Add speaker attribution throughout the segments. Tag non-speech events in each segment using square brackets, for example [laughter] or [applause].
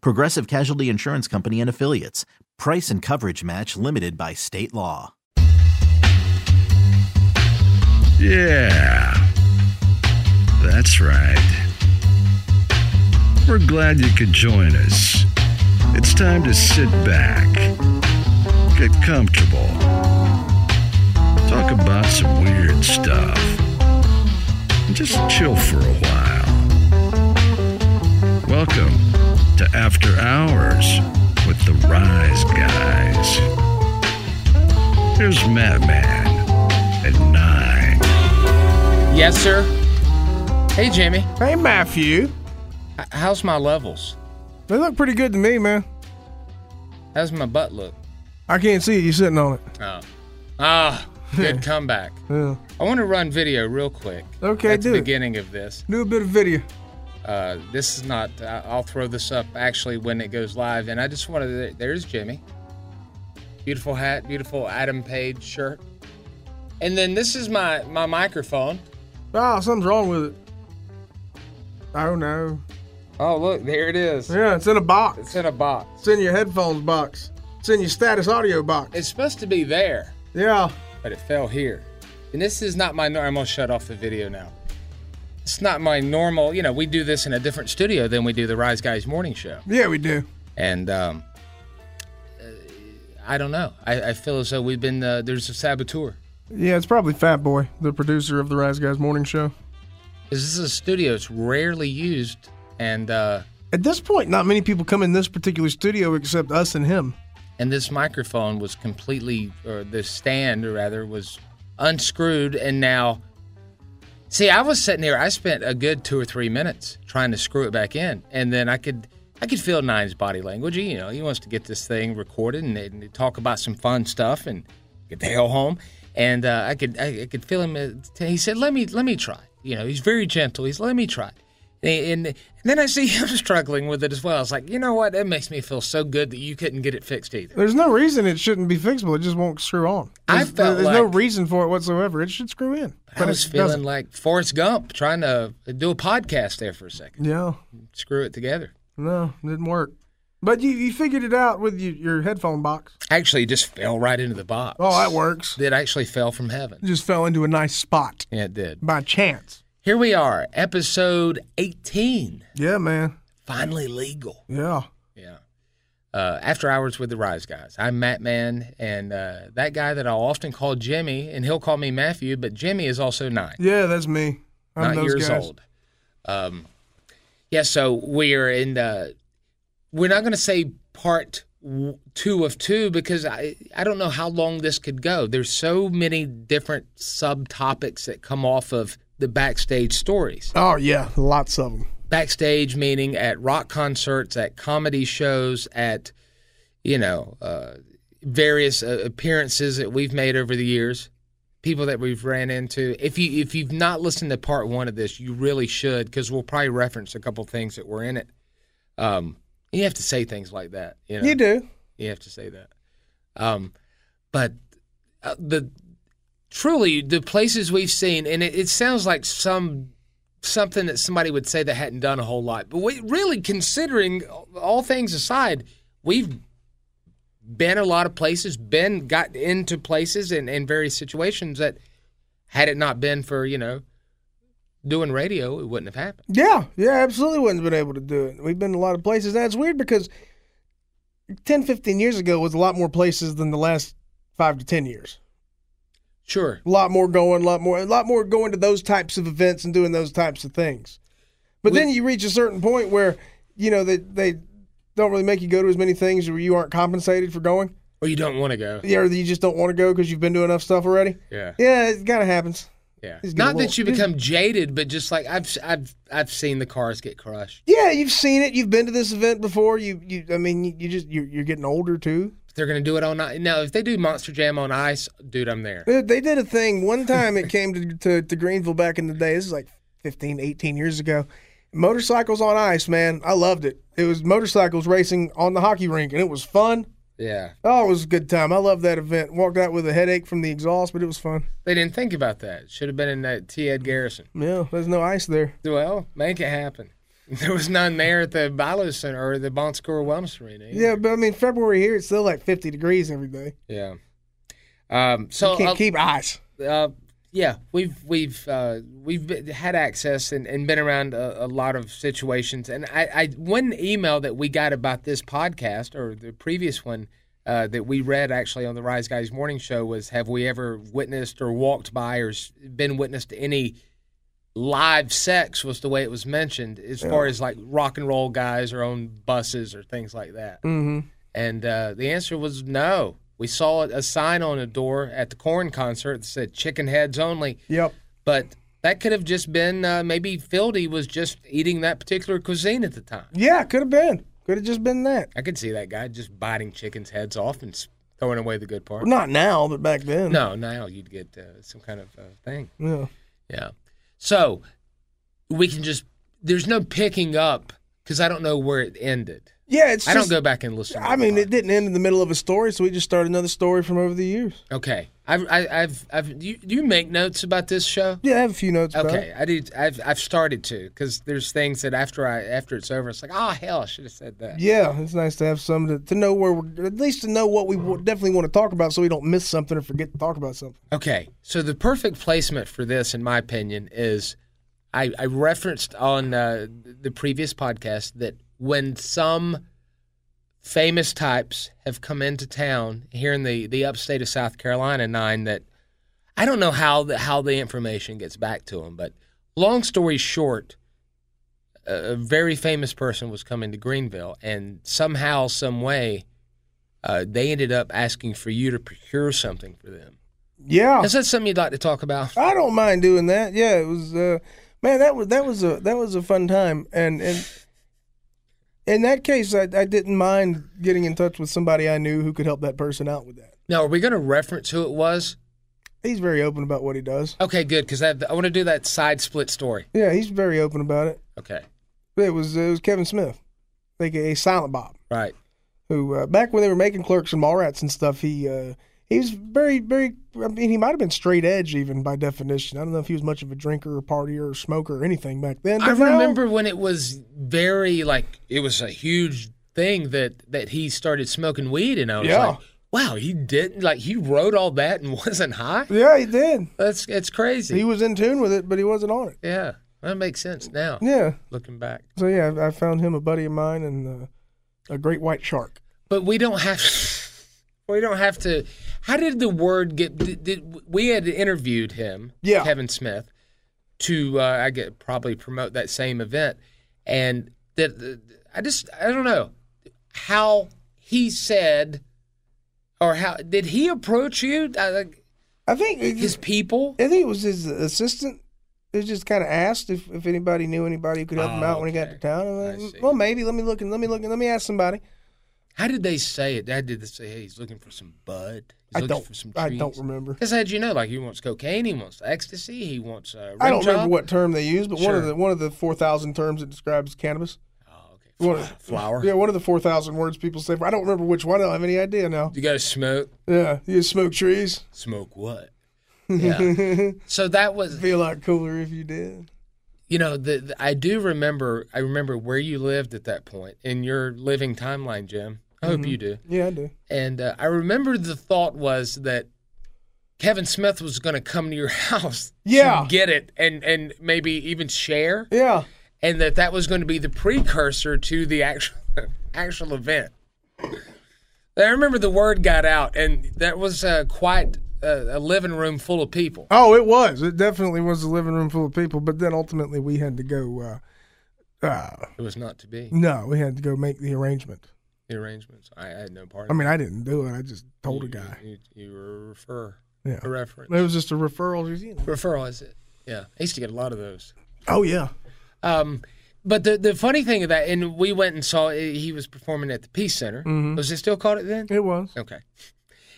Speaker 1: Progressive Casualty Insurance Company and Affiliates. Price and coverage match limited by state law.
Speaker 2: Yeah. That's right. We're glad you could join us. It's time to sit back, get comfortable, talk about some weird stuff, and just chill for a while. Welcome to After Hours with the Rise Guys. Here's Madman at 9.
Speaker 3: Yes, sir. Hey, Jimmy.
Speaker 4: Hey, Matthew.
Speaker 3: H- how's my levels?
Speaker 4: They look pretty good to me, man.
Speaker 3: How's my butt look?
Speaker 4: I can't see it. You sitting on it.
Speaker 3: Oh.
Speaker 4: [laughs]
Speaker 3: Ah, good comeback.
Speaker 4: Yeah.
Speaker 3: I want to run video real quick.
Speaker 4: Okay,
Speaker 3: At the
Speaker 4: do it.
Speaker 3: beginning of this.
Speaker 4: Do a bit of video.
Speaker 3: Uh, this is not, I- I'll throw this up actually when it goes live. And I just wanted to, there's Jimmy. Beautiful hat, beautiful Adam Page shirt. And then this is my, my microphone.
Speaker 4: Ah, something's wrong with it. Oh no.
Speaker 3: Oh, look, there it is.
Speaker 4: Yeah, it's in a box.
Speaker 3: It's in a box.
Speaker 4: It's in your headphones box. It's in your status audio box.
Speaker 3: It's supposed to be there.
Speaker 4: Yeah.
Speaker 3: but it fell here. And this is not my. nor- I'm gonna shut off the video now. It's not my normal. You know, we do this in a different studio than we do the Rise Guys Morning Show.
Speaker 4: Yeah, we do.
Speaker 3: And um, uh, I don't know. I, I feel as though we've been uh, there's a saboteur.
Speaker 4: Yeah, it's probably Fat Boy, the producer of the Rise Guys Morning Show.
Speaker 3: This is a studio. It's rarely used, and uh,
Speaker 4: At this point, not many people come in this particular studio except us and him.
Speaker 3: and this microphone was completely, or the stand rather, was unscrewed, and now. See, I was sitting here. I spent a good two or three minutes trying to screw it back in, and then I could, I could feel Nine's body language. You know, he wants to get this thing recorded and, and talk about some fun stuff and get the hell home. And uh, I could, I, I could feel him. uh, t- He said, "Let me, let me try." You know, he's very gentle. He's, "Let me try." And, and then I see [laughs] him struggling with it as well. I was like, you know what? That makes me feel so good that you couldn't get it fixed either.
Speaker 4: There's no reason it shouldn't be fixable. It just won't screw on.
Speaker 3: I
Speaker 4: There's,
Speaker 3: felt
Speaker 4: there's no
Speaker 3: like-
Speaker 4: reason for it whatsoever. It should screw in.
Speaker 3: I was
Speaker 4: it
Speaker 3: feeling
Speaker 4: doesn't.
Speaker 3: like Forrest Gump trying to do a podcast there for a second.
Speaker 4: Yeah.
Speaker 3: Screw it together.
Speaker 4: No, it didn't work. But you, you figured it out with your, your headphone box.
Speaker 3: Actually, it just fell right into the box.
Speaker 4: Oh, that works.
Speaker 3: It actually fell from heaven.
Speaker 4: Just fell into a nice spot
Speaker 3: Yeah, it did.
Speaker 4: by chance.
Speaker 3: Here we are, episode 18.
Speaker 4: Yeah, man.
Speaker 3: Finally legal.
Speaker 4: Yeah.
Speaker 3: Yeah. Uh, after hours with the Rise Guys. I'm Matt Mann, and uh, that guy that I'll often call Jimmy, and he'll call me Matthew, but Jimmy is also nine.
Speaker 4: Yeah, that's me.
Speaker 3: not
Speaker 4: I'm those
Speaker 3: years
Speaker 4: guys.
Speaker 3: old. Um, yeah, so we're in the. We're not going to say part w- two of two because I I don't know how long this could go. There's so many different subtopics that come off of the backstage stories.
Speaker 4: Oh, yeah. Lots of them.
Speaker 3: Backstage meaning at rock concerts, at comedy shows, at you know uh, various uh, appearances that we've made over the years people that we've ran into. If you if you've not listened to part one of this, you really should because we'll probably reference a couple things that were in it. Um, you have to say things like that. You, know?
Speaker 4: You do.
Speaker 3: You have to say that. Um, but uh, the truly the places we've seen, and it, it sounds like some something that somebody would say that hadn't done a whole lot. But we really, considering all things aside, we've been a lot of places, been got into places and in various situations that had it not been for you know doing radio, it wouldn't have happened.
Speaker 4: Yeah. Yeah, absolutely wouldn't have been able to do it. We've been to a lot of places. That's weird because 10, 15 years ago was a lot more places than the last five to 10 years.
Speaker 3: Sure.
Speaker 4: A lot more going, a lot more, a lot more going to those types of events and doing those types of things. But
Speaker 3: We-
Speaker 4: then you reach a certain point where, you know, they, they don't really make you go to as many things where you aren't compensated for going.
Speaker 3: Or you don't want to go.
Speaker 4: Yeah, or you just don't want to go because you've been to enough stuff already.
Speaker 3: Yeah.
Speaker 4: Yeah, it kind of happens.
Speaker 3: Yeah.
Speaker 4: He's
Speaker 3: Not
Speaker 4: getting
Speaker 3: that you
Speaker 4: old.
Speaker 3: become jaded, but just like I've I've I've seen the cars get crushed.
Speaker 4: Yeah, you've seen it. You've been to this event before. You, you. I mean, you, you just you're, you're getting older too.
Speaker 3: They're gonna do it on ice. Now, if they do Monster Jam on ice, dude, I'm there.
Speaker 4: They, they did a thing one time. It came to, to to Greenville back in the day. This is like 15, 18 years ago. Motorcycles on ice, man. I loved it. It was motorcycles racing on the hockey rink, and it was fun.
Speaker 3: Yeah.
Speaker 4: Oh, it was a good time. I loved that event. Walked out with a headache from the exhaust, but it was fun.
Speaker 3: They didn't think about that. Should have been in that T. Ed Garrison.
Speaker 4: Yeah, there's no ice there.
Speaker 3: Well, make it happen. [laughs] There was none there at the Bilo Center or the Bon Secours Wellness Arena. either.
Speaker 4: Yeah, but I mean, February here, it's still like 50 degrees every day.
Speaker 3: Yeah. Um, so
Speaker 4: Can't
Speaker 3: uh,
Speaker 4: keep ice.
Speaker 3: uh, yeah, we've we've uh, we've been, had access and, and been around a, a lot of situations. And I, I one email that we got about this podcast or the previous one uh, that we read actually on the Rise Guys Morning Show was: Have we ever witnessed or walked by or s- been witness to any live sex? Was the way it was mentioned as far as like rock and roll guys or on buses or things like that.
Speaker 4: Mm-hmm.
Speaker 3: And uh, the answer was no. We saw a sign on a door at the corn concert that said chicken heads only,
Speaker 4: Yep.
Speaker 3: but that could have just been uh, maybe Fieldy was just eating that particular cuisine at the time.
Speaker 4: Yeah, could have been. Could have just been that.
Speaker 3: I could see that guy just biting chickens' heads off and s- throwing away the good part.
Speaker 4: Well, not now, but back then.
Speaker 3: No, now you'd get uh, some kind of uh, thing.
Speaker 4: Yeah.
Speaker 3: Yeah. So we can just, there's no picking up because I don't know where it ended.
Speaker 4: Yeah, it's
Speaker 3: I
Speaker 4: just,
Speaker 3: don't go back and listen. to
Speaker 4: I
Speaker 3: the
Speaker 4: mean,
Speaker 3: pod.
Speaker 4: it didn't end in the middle of a story, so we just started another story from over the years.
Speaker 3: Okay. I've, I, I've, I've, do you, do you make notes about this show?
Speaker 4: Yeah, I have a few notes about
Speaker 3: Okay,
Speaker 4: it.
Speaker 3: I do. I've I've started to because there's things that after I after it's over, it's like oh hell, I should have said that.
Speaker 4: Yeah, it's nice to have some to, to know where we're, at least to know what we w- definitely want to talk about so we don't miss something or forget to talk about something.
Speaker 3: Okay, so the perfect placement for this, in my opinion, is I, I referenced on uh, the previous podcast that when some famous types have come into town here in the the upstate of South Carolina, nine that I don't know how the how the information gets back to them, but long story short. a a very famous person was coming to Greenville, and somehow, some way, uh, they ended up asking for you to procure something for them.
Speaker 4: Yeah.
Speaker 3: Is that something you'd like to talk about?
Speaker 4: I don't mind doing that. Yeah, it was uh man, that was that was a that was a fun time. And and in that case I, I didn't mind getting in touch with somebody I knew who could help that person out with that.
Speaker 3: Now, are we going to reference who it was?
Speaker 4: He's very open about what he does.
Speaker 3: Okay, good, because I, I want to do that side split story.
Speaker 4: Yeah, he's very open about it.
Speaker 3: Okay,
Speaker 4: It was it was Kevin Smith, aka Silent Bob,
Speaker 3: right.
Speaker 4: who uh, back when they were making Clerks and Mallrats and stuff, he uh, he was very very. I mean, he might have been straight edge even by definition. I don't know if he was much of a drinker or partier or smoker or anything back then.
Speaker 3: I
Speaker 4: but now-
Speaker 3: remember when it was very like it was a huge thing that that he started smoking weed, and I was
Speaker 4: Yeah.
Speaker 3: like, wow, he didn't like he wrote all that and [laughs] wasn't high.
Speaker 4: Yeah, he did.
Speaker 3: That's it's crazy.
Speaker 4: He was in tune with it, but he wasn't on it.
Speaker 3: yeah, that makes sense now.
Speaker 4: Yeah.
Speaker 3: Looking back.
Speaker 4: So yeah, I, I found him a buddy of mine and uh, a great white shark.
Speaker 3: But we don't have. We don't have to. How did the word get? Did, did, we had interviewed him,
Speaker 4: Yeah.
Speaker 3: Kevin Smith, to uh, I get probably promote that same event, and that that- I just I don't know how he said, or how did he approach you? I, like,
Speaker 4: I think it
Speaker 3: his
Speaker 4: just,
Speaker 3: people.
Speaker 4: I think it was his assistant. It just kind of asked if, if anybody knew anybody who could help him
Speaker 3: Oh,
Speaker 4: out when he got
Speaker 3: okay.
Speaker 4: to town. And,
Speaker 3: I
Speaker 4: uh,
Speaker 3: see.
Speaker 4: well, maybe let me look and let me look and let me ask somebody.
Speaker 3: How did they say it? How did they say, "Hey, he's looking for some bud. He's
Speaker 4: I
Speaker 3: looking
Speaker 4: don't.
Speaker 3: for some
Speaker 4: I
Speaker 3: trees."
Speaker 4: don't remember.
Speaker 3: Because how'd you know? Like he wants cocaine, he wants ecstasy, he wants. Uh,
Speaker 4: I don't
Speaker 3: rim
Speaker 4: remember
Speaker 3: job?
Speaker 4: what term they used, but one of
Speaker 3: Sure.
Speaker 4: the one of the four thousand terms that describes cannabis.
Speaker 3: Oh, okay.
Speaker 4: One
Speaker 3: Fla- flower.
Speaker 4: Yeah, one of the four thousand words people say. I don't remember which one. I don't have any idea now.
Speaker 3: You got to smoke.
Speaker 4: Yeah, you smoke trees.
Speaker 3: Smoke [laughs] what? Yeah. so that was,
Speaker 4: Be a lot cooler if you did.
Speaker 3: you know, the, the- I do remember. I remember where you lived at that point in your living timeline, Jim. I hope you do.
Speaker 4: Yeah, I do.
Speaker 3: And uh, I remember the thought was that Kevin Smith was going to come to your [laughs] house, to
Speaker 4: Yeah.
Speaker 3: get it, and and maybe even share,
Speaker 4: Yeah.
Speaker 3: [laughs] and that that was going to be the precursor to the actual actual event. I remember the word got out, and that was uh, quite a, a living room full of people.
Speaker 4: Oh, it was. It definitely was a living room full of people. But then ultimately, we had to go. Uh, uh,
Speaker 3: It was not to be
Speaker 4: no, we had to go make the arrangement.
Speaker 3: the arrangements. I had no part.
Speaker 4: I
Speaker 3: in
Speaker 4: mean, I didn't do it. I just told a
Speaker 3: it.
Speaker 4: guy.
Speaker 3: You, you, you were a refer,
Speaker 4: Yeah,
Speaker 3: a reference.
Speaker 4: it was just a referral. You know.
Speaker 3: Referral is it? Yeah, I used to get a lot of those.
Speaker 4: Oh yeah.
Speaker 3: Um, but the the funny thing of that, and we went and saw eh, he was performing at the Peace Center. Was it still called it then?
Speaker 4: It was.
Speaker 3: Okay.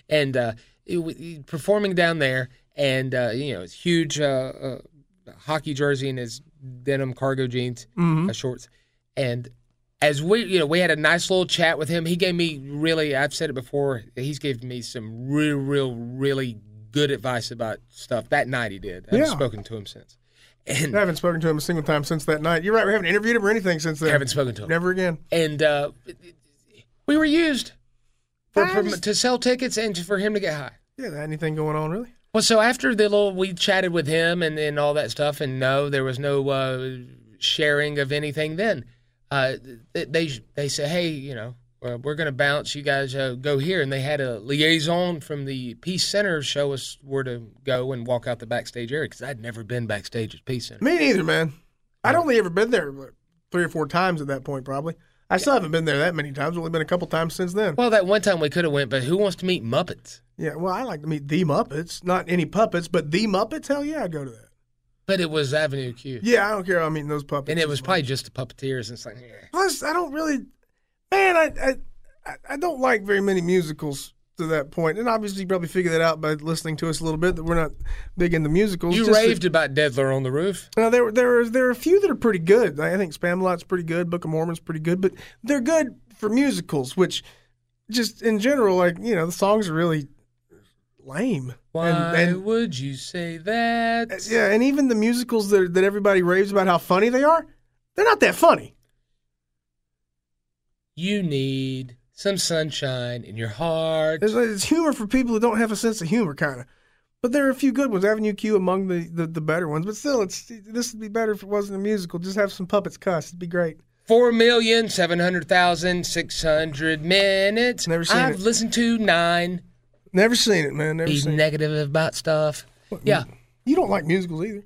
Speaker 3: And uh, it, w- he- performing down there, and uh, you know, his huge uh, uh, hockey jersey and his denim cargo jeans, uh, shorts, and as we, you know, we had a nice little chat with him. He gave me really, I've said it before, he's given me some real, real, really good advice about stuff. That night he did. I haven't
Speaker 4: Yeah.
Speaker 3: spoken to him since.
Speaker 4: I
Speaker 3: And
Speaker 4: haven't spoken to him a single time since that night. You're right. We haven't interviewed him or anything since then.
Speaker 3: haven't spoken to him.
Speaker 4: Never again.
Speaker 3: And uh, we were used for,
Speaker 4: I
Speaker 3: for-
Speaker 4: just-
Speaker 3: to sell tickets and for him to get high.
Speaker 4: Yeah, anything going on really?
Speaker 3: Well, so after the little, we chatted with him and, and all that stuff, and no, there was no uh, sharing of anything then. Uh, th- they they said, hey, you know, uh, we're going to bounce. You guys uh, go here. And they had a liaison from the Peace Center show us where to go and walk out the backstage area because I'd never been backstage at Peace Center.
Speaker 4: Me neither, man. I'd only ever been there like, three or four times at that point, probably. I still haven't been there that many times. Only been a couple times since then.
Speaker 3: Well, that one time we could have went, but who wants to meet Muppets?
Speaker 4: Yeah, well, I like to meet the Muppets, not any puppets, but the Muppets. Hell yeah, I go to that.
Speaker 3: But it was Avenue Q.
Speaker 4: Yeah, I don't care. I'm meeting those puppets.
Speaker 3: And it was probably just the puppeteers and it's like, eh.
Speaker 4: Plus, I don't really, man. I I, I don't like very many musicals to that point, and obviously you probably figured that out by listening to us a little bit that we're not big into musicals.
Speaker 3: you
Speaker 4: Just that-
Speaker 3: raved about Deadler on the Roof.
Speaker 4: Now there, there are there are a few that are pretty good. I think Spamalot's pretty good, Book of Mormon's pretty good, but they're good for musicals, which just in general, like you know, the songs are really lame.
Speaker 3: Why
Speaker 4: And, and
Speaker 3: would you say that?
Speaker 4: yeah, and even the musicals that that everybody raves about how funny they are, they're not that funny.
Speaker 3: you need some sunshine in your heart.
Speaker 4: It's, it's humor for people who don't have a sense of humor, kind of. But there are a few good ones. Avenue Q among the, the, the better ones. But still, it's this would be better if it wasn't a musical. Just have some puppets cuss. It'd be great.
Speaker 3: Four million seven hundred thousand six hundred minutes.
Speaker 4: Never seen
Speaker 3: I've
Speaker 4: it.
Speaker 3: listened to nine.
Speaker 4: Never seen it, man. Never
Speaker 3: Be
Speaker 4: seen it.
Speaker 3: negative about stuff. Yeah,
Speaker 4: You don't like musicals either.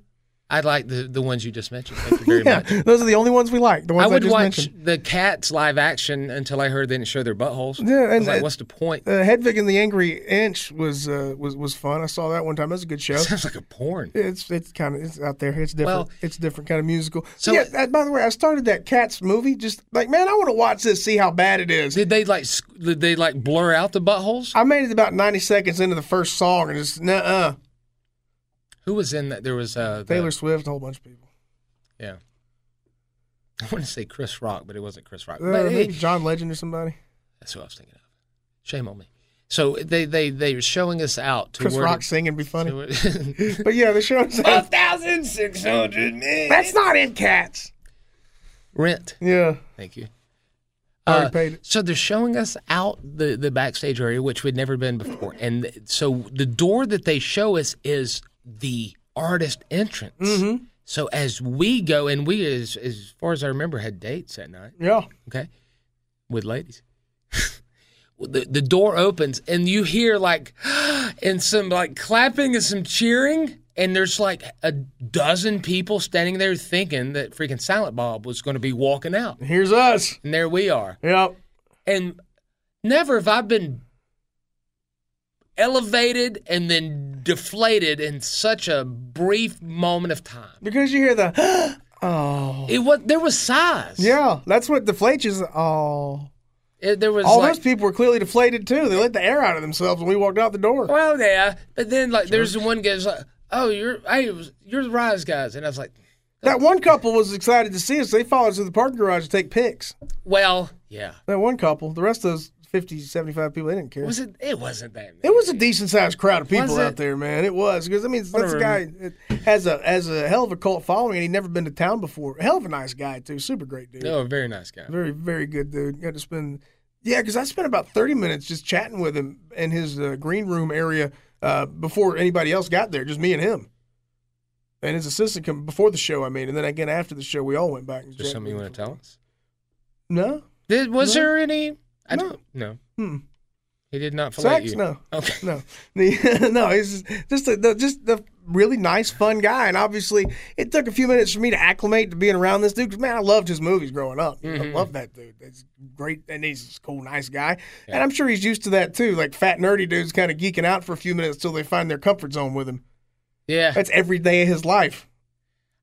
Speaker 3: I like the the ones you just mentioned. Thank you [laughs] very
Speaker 4: yeah,
Speaker 3: much.
Speaker 4: those are [laughs] the only ones we like. The ones
Speaker 3: I
Speaker 4: I,
Speaker 3: would
Speaker 4: just
Speaker 3: watch
Speaker 4: mentioned.
Speaker 3: the cats live action until I heard they didn't show their buttholes.
Speaker 4: Yeah,
Speaker 3: I
Speaker 4: and-
Speaker 3: was like, what's the point?
Speaker 4: Uh, Hedwig and the Angry Inch was uh, was was fun. I saw that one time. That's a
Speaker 3: [laughs]
Speaker 4: good show.
Speaker 3: sounds like a porn.
Speaker 4: It's it's kind of it's out there. It's different.
Speaker 3: Well-
Speaker 4: it's a different kind of musical.
Speaker 3: So-
Speaker 4: yeah. that- by the way, I started that Cats movie. Just like man, I want to watch this, see how bad it is.
Speaker 3: Did they like sc- did they like blur out the buttholes?
Speaker 4: I made it about ninety seconds into the first song, and it's nuh uh.
Speaker 3: Who was in that? There was uh, the-
Speaker 4: Taylor Swift, a whole bunch of people.
Speaker 3: Yeah. I want to say Chris Rock, but it wasn't Chris Rock.
Speaker 4: Uh,
Speaker 3: But, hey,
Speaker 4: maybe John Legend or somebody.
Speaker 3: That's who I was thinking of. Shame on me. So they they they were showing us out to
Speaker 4: Chris
Speaker 3: where
Speaker 4: Rock singing be
Speaker 3: [laughs]
Speaker 4: funny.
Speaker 3: to
Speaker 4: But yeah, the show's
Speaker 3: Twelve thousand six hundred minutes.
Speaker 4: [laughs] that's not in Cats.
Speaker 3: rent.
Speaker 4: Yeah,
Speaker 3: Thank you. Uh,
Speaker 4: I already paid it.
Speaker 3: so they're showing us out the, the backstage area, which we'd never been before, and th- so the door that they show us is the artist entrance.
Speaker 4: Mm-hmm.
Speaker 3: So as we go, and we as as far as I remember had dates that night.
Speaker 4: Yeah.
Speaker 3: okay, with ladies. [laughs] the the door opens and you hear like [gasps] and some like clapping and some cheering and there's like a dozen people standing there thinking that freaking Silent Bob was going to be walking out
Speaker 4: Here's us.
Speaker 3: and there we are
Speaker 4: Yep.
Speaker 3: and never have I been elevated and then deflated in such a brief moment of time.
Speaker 4: Because you hear the [gasps] oh
Speaker 3: It was there was size.
Speaker 4: yeah, that's what deflates you. Oh,
Speaker 3: It- there was
Speaker 4: all
Speaker 3: like,
Speaker 4: those people were clearly deflated too. They let the air out of themselves when we walked out the door.
Speaker 3: Well, yeah, but then like there's the one guy who's like, "Oh, you're hey, it was- you're the rise guys," and I was like,
Speaker 4: That one couple was excited to see us. They followed us to the parking garage to take pics.
Speaker 3: "Well, yeah,
Speaker 4: That one couple. The rest of those 50, 75 people, they didn't care.
Speaker 3: was it? It wasn't that."
Speaker 4: It was a decent sized crowd of people
Speaker 3: Was it?
Speaker 4: out there, man. It was because I mean, that's a guy that has a has a hell of a cult following, and he'd never been to town before. Hell of a nice guy too, super great dude.
Speaker 3: No, a very nice guy.
Speaker 4: Very, very good dude. Got to spend, yeah, because I spent about 30 minutes just chatting with him in his uh, green room area uh, before anybody else got there, just me and him. And his assistant come before the show, I mean, and then again after the show, we all went back. And
Speaker 3: Is there something you want to tell us?
Speaker 4: No,
Speaker 3: Did, was
Speaker 4: No.
Speaker 3: there any? I
Speaker 4: No.
Speaker 3: don't know.
Speaker 4: Hmm.
Speaker 3: He did not fillet
Speaker 4: Sex?
Speaker 3: you.
Speaker 4: No.
Speaker 3: Okay.
Speaker 4: No. The- [laughs] no. He's just just a, the, just a really nice, fun guy, and obviously it took a few minutes for me to acclimate to being around this dude. 'cause, man, I loved his movies growing up. I
Speaker 3: Mm-hmm.
Speaker 4: love that dude. That's great, and he's a cool, nice guy. And I'm sure he's used to that too. Like fat, nerdy dudes kind of geeking out for a few minutes till they find their comfort zone
Speaker 3: [laughs]
Speaker 4: with him.
Speaker 3: Yeah.
Speaker 4: That's every day of his life.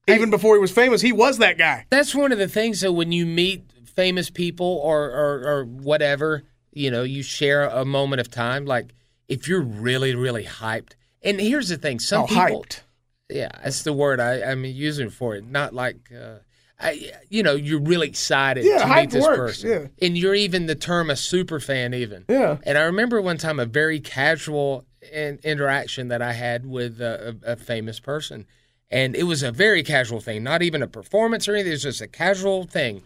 Speaker 4: Even before he was famous, he was that guy.
Speaker 3: That's one of the things that when you meet famous people or, or, or whatever, you know, you share a moment of time. Like if you're really, really hyped. And here's the thing: some
Speaker 4: oh,
Speaker 3: people,
Speaker 4: hyped.
Speaker 3: yeah, that's the word I, I'm using for it. Not like, uh, I, you know, you're really excited
Speaker 4: Yeah,
Speaker 3: to meet
Speaker 4: hype
Speaker 3: this
Speaker 4: works,
Speaker 3: person,
Speaker 4: yeah.
Speaker 3: and you're even the term a super fan, even.
Speaker 4: Yeah.
Speaker 3: And I remember one time a very casual in- interaction that I had with a, a, a famous person. And it was a very casual thing, not even a performance or anything. It was just a casual thing.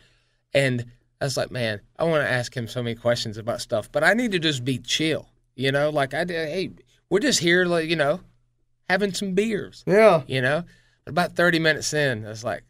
Speaker 3: And I was like, man, I want to ask him so many questions about stuff, but I need to just be chill. You know, like I did, hey, we're just here, like, you know, having some beers,
Speaker 4: Yeah.
Speaker 3: you know? About 30 minutes in, I was like,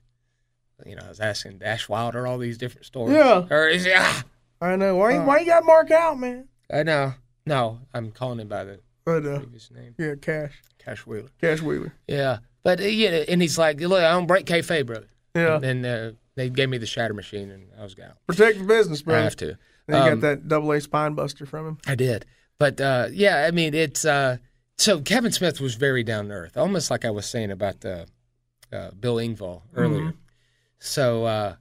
Speaker 3: you know, I was asking Dash Wilder all these different stories.
Speaker 4: Yeah.
Speaker 3: Or is ah,
Speaker 4: I know. Why,
Speaker 3: Uh.
Speaker 4: why you got Mark out, man?
Speaker 3: I know. No, I'm calling him by the
Speaker 4: But uh,
Speaker 3: previous name,
Speaker 4: yeah, Cash.
Speaker 3: Cash Wheeler.
Speaker 4: Cash Wheeler.
Speaker 3: Yeah, but uh, yeah, and he's like, "Look, I don't break kayfabe, brother."
Speaker 4: Yeah.
Speaker 3: And uh, they gave me the shatter machine, and I was out.
Speaker 4: Protect the business, bro.
Speaker 3: I have to.
Speaker 4: Then you
Speaker 3: Um,
Speaker 4: got that double A spine buster from him.
Speaker 3: I did, but uh, yeah, I mean, it's uh, so Kevin Smith was very down to earth, almost like I was saying about the uh, Bill Engvall earlier.
Speaker 4: Mm-hmm.
Speaker 3: So uh,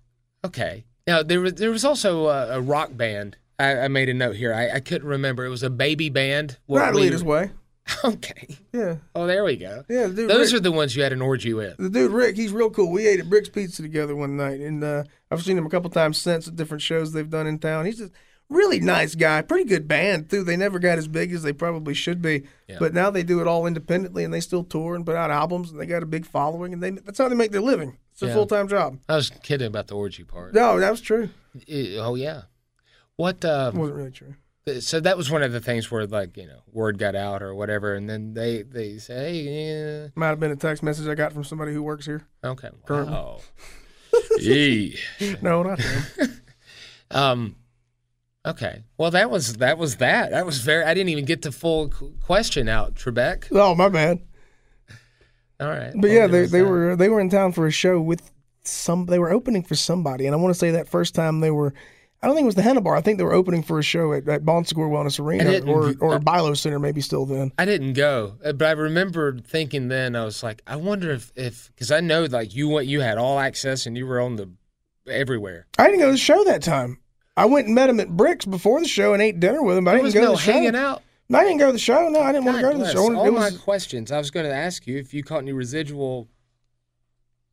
Speaker 3: okay, now there was there was also uh, a, a rock band. I, I made a note here. I, I couldn't remember. It was a baby band. What
Speaker 4: Right,
Speaker 3: we-
Speaker 4: lead his way.
Speaker 3: [laughs] Okay.
Speaker 4: Yeah,
Speaker 3: Oh, there we go.
Speaker 4: yeah. The dude,
Speaker 3: Those
Speaker 4: Rick,
Speaker 3: are the ones you had an orgy with.
Speaker 4: the dude Rick. He's real cool. We ate at Brick's Pizza together one night, and uh, I've seen him a couple times since at different shows they've done in town. He's a really nice guy. Pretty good band too. They never got as big as they probably should be, but now they do it all independently, and they still tour and put out albums, and they got a big following, and they that's how they make their living. It's a
Speaker 3: Yeah.
Speaker 4: full time job.
Speaker 3: I was kidding about the orgy part.
Speaker 4: No, that was true.
Speaker 3: Eh, Oh yeah. What?
Speaker 4: It
Speaker 3: Um,
Speaker 4: wasn't really true.
Speaker 3: so that was one of the things where like you know word got out or whatever, and then they they say hey,
Speaker 4: Might have been a text message I got from somebody who
Speaker 3: [laughs]
Speaker 4: works here.
Speaker 3: yeah. okay
Speaker 4: Current.
Speaker 3: wow. [laughs] Yee.
Speaker 4: No, not him.
Speaker 3: um, okay. Well, that was that was that. That was very. I didn't even get the full qu- question out, Trebek.
Speaker 4: oh, my bad.
Speaker 3: All right.
Speaker 4: But
Speaker 3: Well, there
Speaker 4: yeah, they,
Speaker 3: was
Speaker 4: they
Speaker 3: that.
Speaker 4: were they were in town for a show with some. They were opening for somebody, and I want to say that first time they were. I don't think it was the Henna Bar. I think they were opening for a show at, at Bon Segur Wellness
Speaker 3: I
Speaker 4: Arena
Speaker 3: didn't-
Speaker 4: or or
Speaker 3: I-
Speaker 4: Bilo Center, maybe still then.
Speaker 3: I didn't go, uh, but I remember thinking then I was like, I wonder if if because I know like you went, you had all access and you were on the everywhere.
Speaker 4: I didn't go to the show that time. I went and met him at Bricks before the show and ate dinner with him. But I
Speaker 3: There
Speaker 4: didn't
Speaker 3: was
Speaker 4: go to
Speaker 3: no
Speaker 4: the show.
Speaker 3: hanging out.
Speaker 4: No, I didn't go to the show. No, I didn't want to
Speaker 3: God
Speaker 4: go to the
Speaker 3: bless.
Speaker 4: show. I wanted-
Speaker 3: All
Speaker 4: It
Speaker 3: my
Speaker 4: was
Speaker 3: questions. I was going to ask you if you caught any residual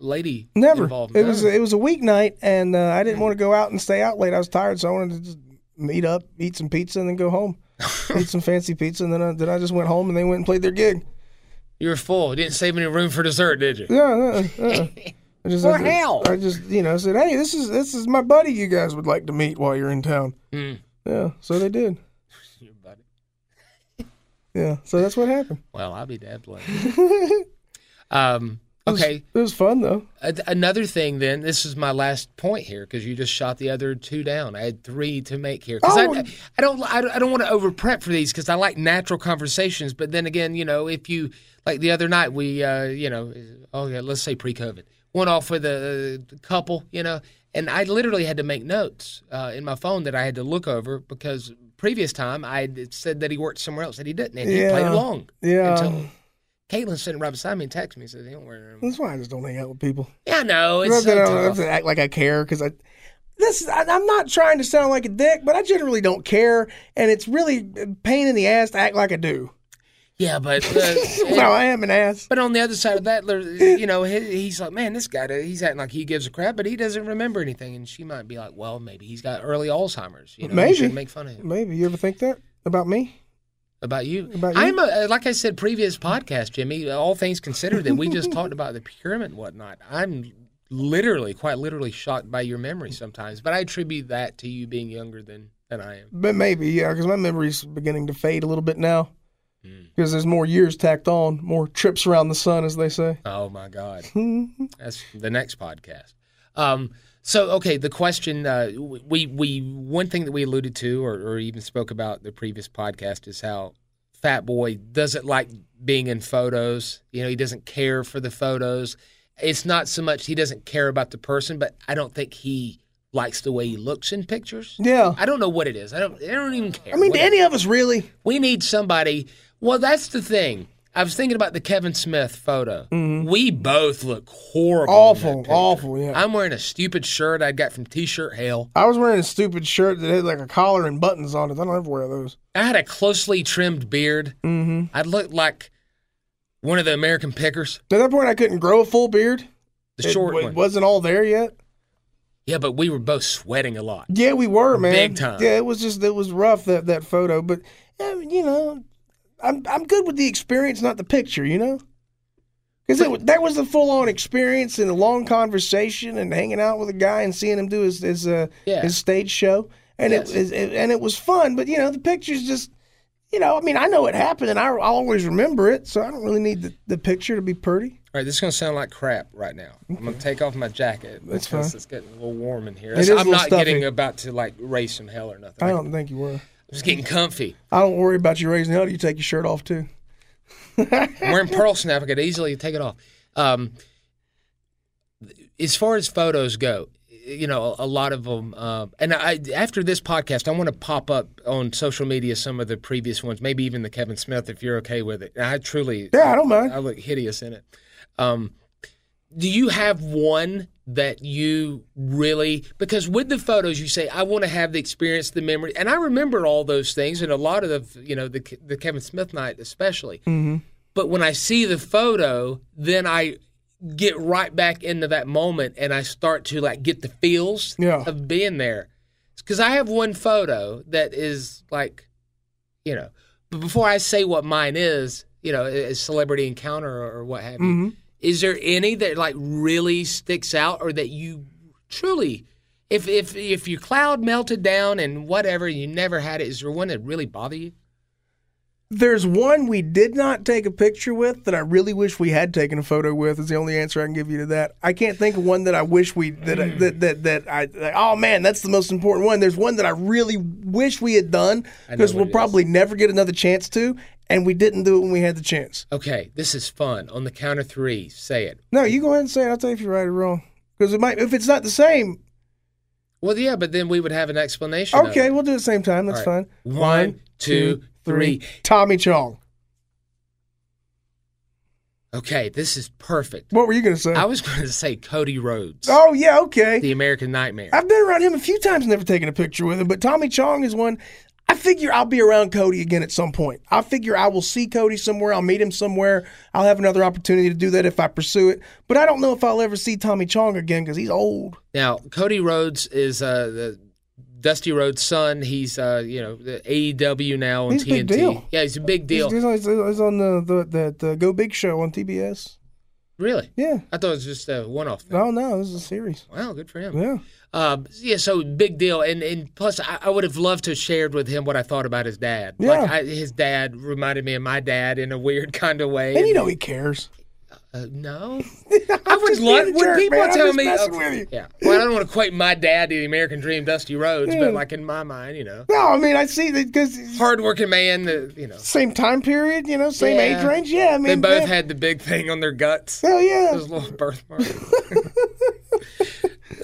Speaker 3: lady
Speaker 4: never.
Speaker 3: involvement.
Speaker 4: It was it was a weeknight, and uh, I
Speaker 3: Mm.
Speaker 4: didn't want to go out and stay out late. I was tired, so I wanted to just meet up, eat some pizza, and then go
Speaker 3: [laughs]
Speaker 4: home. eat some fancy pizza, and then I, then I just went home, and they went and played their gig.
Speaker 3: you were full. You didn't save any room for dessert, did
Speaker 4: [laughs]
Speaker 3: you?
Speaker 4: Yeah,
Speaker 3: [laughs]
Speaker 4: uh, uh. I just,
Speaker 3: Or
Speaker 4: I just-
Speaker 3: hell.
Speaker 4: I just, you know, said, "Hey, this is this is my buddy. You guys would like to meet while you're in town."
Speaker 3: Mm.
Speaker 4: Yeah, so they did.
Speaker 3: Your buddy.
Speaker 4: Yeah, so that's what happened.
Speaker 3: Well, I'll be dead blood. [laughs] um, okay.
Speaker 4: it was fun though.
Speaker 3: A- Another thing, then, this is my last point here because you just shot the other two down. I had three to make here. 'Cause
Speaker 4: Oh.
Speaker 3: I, I don't, I don't, I don't want to over prep for these because I like natural conversations. But then again, you know, if you like the other night, we, uh, you know, oh yeah, let's say pre-COVID, went off with a, uh couple, you know, and I literally had to make notes uh, in my phone that I had to look over because previous time I had said that he worked somewhere else that he didn't, and he played
Speaker 4: Yeah.
Speaker 3: along.
Speaker 4: Yeah. um,
Speaker 3: Until Caitlin sitting right beside me and texted me and said, "Don't worry."
Speaker 4: That's why I just don't hang out with people.
Speaker 3: Yeah, I know. Oh, It's
Speaker 4: Not
Speaker 3: so
Speaker 4: that I don't have
Speaker 3: tough.
Speaker 4: to act like I care because I. This is- I, I'm not trying to sound like a dick, but I generally don't care, and it's really a pain in the ass to act like I do.
Speaker 3: Yeah, but
Speaker 4: [laughs]
Speaker 3: uh,
Speaker 4: well, I am an ass.
Speaker 3: but on the other side of that, there- you know, he, he's like, man, this guy, he's acting like he gives a crap, but he doesn't remember anything, and she might be like, well, maybe he's got early Alzheimer's. You know,
Speaker 4: Maybe.
Speaker 3: you shouldn't make fun of him
Speaker 4: Maybe you ever think that about me?
Speaker 3: about you.
Speaker 4: About you?
Speaker 3: I'm a, uh, like I said previous podcast, Jimmy. All things considered, that we just talked about the pyramid and whatnot. I'm literally, quite literally, shocked by your memory sometimes, but I attribute that to you being younger than than I am.
Speaker 4: But maybe, yeah, because my memory's beginning to fade a little bit now.
Speaker 3: Hmm.
Speaker 4: Because there's more years tacked on, more trips around the sun, as they say.
Speaker 3: Hmm. Oh my God. That's the next podcast. Um, So okay, the question uh, we we one thing that we alluded to or, or even spoke about the previous podcast is how Fat Boy doesn't like being in photos. You know, he doesn't care for the photos. It's not so much he doesn't care about the person, but I don't think he likes the way he looks in pictures.
Speaker 4: Yeah.
Speaker 3: I don't know what it is. I don't. I don't even care.
Speaker 4: I mean, do
Speaker 3: Whatever.
Speaker 4: any of us really?
Speaker 3: We need somebody. Well, that's the thing. I was thinking about the Kevin Smith photo. We both look horrible. in that
Speaker 4: Mm-hmm. Awful,
Speaker 3: picture.
Speaker 4: awful. Yeah.
Speaker 3: I'm wearing a stupid shirt I got from T-shirt Hell.
Speaker 4: i was wearing a stupid shirt that had like a collar and buttons on it. I don't ever wear those.
Speaker 3: I had a closely trimmed beard.
Speaker 4: Mm-hmm.
Speaker 3: I looked like one of the American pickers,
Speaker 4: At that point, I couldn't grow a full beard.
Speaker 3: the
Speaker 4: it,
Speaker 3: short
Speaker 4: w-
Speaker 3: one.
Speaker 4: wasn't all there yet.
Speaker 3: Yeah, but we were both sweating a lot.
Speaker 4: Yeah, we were, man.
Speaker 3: Big time.
Speaker 4: Yeah, it was just it was rough that that photo, but I mean, you know, I'm I'm good with the experience, not the picture, you know. Because that was the full on experience and a long conversation and hanging out with a guy and seeing him do his his uh,
Speaker 3: Yeah.
Speaker 4: his stage show, and
Speaker 3: Yes.
Speaker 4: it, is- it and it was fun. But you know, the pictures just. You know, I mean, I know it happened, and I, I always remember it, so I don't really need the, the picture to be pretty.
Speaker 3: All right, this is gonna sound like crap right now. I'm gonna take off my jacket
Speaker 4: That's
Speaker 3: because
Speaker 4: fine.
Speaker 3: it's getting a little warm in here.
Speaker 4: It is a
Speaker 3: I'm
Speaker 4: little
Speaker 3: not getting
Speaker 4: stuffy.
Speaker 3: about to like race some hell or nothing.
Speaker 4: I don't think you were.
Speaker 3: I'm just getting comfy.
Speaker 4: I don't worry about you raising hell. You take your shirt off too.
Speaker 3: I'm wearing pearl snap. I could easily take it off. Um, as far as photos go, you know, a lot of them. Uh, and I, after this podcast, I want to pop up on social media some of the previous ones, maybe even the Kevin Smith, if you're okay with it. And I truly,
Speaker 4: Yeah, I don't mind.
Speaker 3: I look hideous in it. Um, do you have one that you really because with the photos you say I want to have the experience, the memory, and I remember all those things and a lot of the you know the the Kevin Smith night especially. But when I see the photo, then I get right back into that moment and I start to like get the feels
Speaker 4: Yeah.
Speaker 3: of being there. Because I have one photo that is like, you know, but before I say what mine is, you know, a a celebrity encounter or, or what have you, is there any that like really sticks out or that you truly, if if if your cloud melted down and whatever, you never had it, is there one that really bother you?
Speaker 4: There's one we did not take a picture with that I really wish we had taken a photo with. Is the only answer I can give you to that. I can't think of one that I wish we that I, that, that that I that- oh man, that's the most important one. There's one that I really wish we had done
Speaker 3: I know
Speaker 4: because
Speaker 3: what
Speaker 4: we'll
Speaker 3: it is.
Speaker 4: probably never get another chance to, and we didn't do it when we had the chance.
Speaker 3: Okay, this is fun. On the count of three, say it.
Speaker 4: No, you go ahead and say it. I'll tell you if you're right or wrong because it might if it's not the same.
Speaker 3: Well, yeah, but then we would have an explanation. of
Speaker 4: Okay,
Speaker 3: it.
Speaker 4: we'll do it at the same time. That's
Speaker 3: All right.
Speaker 4: fine.
Speaker 3: One, two, three.
Speaker 4: Tommy Chong.
Speaker 3: Okay, this is perfect.
Speaker 4: What were you gonna say?
Speaker 3: I was [laughs] going to say Cody Rhodes,
Speaker 4: oh yeah, okay.
Speaker 3: the American Nightmare.
Speaker 4: I've been around him a few times, never taken a picture with him, but Tommy Chong is one. I figure I'll be around Cody again at some point. I figure I will see Cody somewhere. I'll meet him somewhere. I'll have another opportunity to do that if I pursue it. But I don't know if I'll ever see Tommy Chong again because he's old.
Speaker 3: Now, Cody Rhodes is uh, the Dusty Rhodes' son. He's uh, you know the AEW now on
Speaker 4: He's a
Speaker 3: TNT.
Speaker 4: big deal.
Speaker 3: Yeah, he's a big
Speaker 4: He's,
Speaker 3: deal.
Speaker 4: he's on- he's on the, the, that, uh, Go Big show on TBS.
Speaker 3: Really?
Speaker 4: Yeah. Oh,
Speaker 3: I thought it was just a one-off. Thing.
Speaker 4: No, no, this is a series.
Speaker 3: Wow, good for him.
Speaker 4: Yeah.
Speaker 3: Um, yeah, so big deal, and and plus, I, I would have loved to have shared with him what I thought about his dad. Like
Speaker 4: Yeah.
Speaker 3: I, his dad reminded me of my dad in a weird [laughs] kind of way.
Speaker 4: And you know he cares.
Speaker 3: Uh,
Speaker 4: [laughs]
Speaker 3: no,
Speaker 4: I
Speaker 3: would
Speaker 4: just
Speaker 3: love
Speaker 4: being a
Speaker 3: when
Speaker 4: jerk,
Speaker 3: people
Speaker 4: man. I'm
Speaker 3: tell
Speaker 4: just
Speaker 3: me.
Speaker 4: messing
Speaker 3: oh,
Speaker 4: with you.
Speaker 3: Yeah, well, I don't want to equate my dad to the American Dream, Dusty Rhodes,
Speaker 4: Yeah.
Speaker 3: but like in my mind, you know,
Speaker 4: No, I mean, I see that because
Speaker 3: hardworking man. The,
Speaker 4: [laughs]
Speaker 3: you know,
Speaker 4: same time period, you know, same
Speaker 3: Yeah.
Speaker 4: age range. Yeah,
Speaker 3: they
Speaker 4: I mean,
Speaker 3: both
Speaker 4: yeah.
Speaker 3: had the big thing on their guts.
Speaker 4: Hell yeah.
Speaker 3: Those little birthmark. [laughs]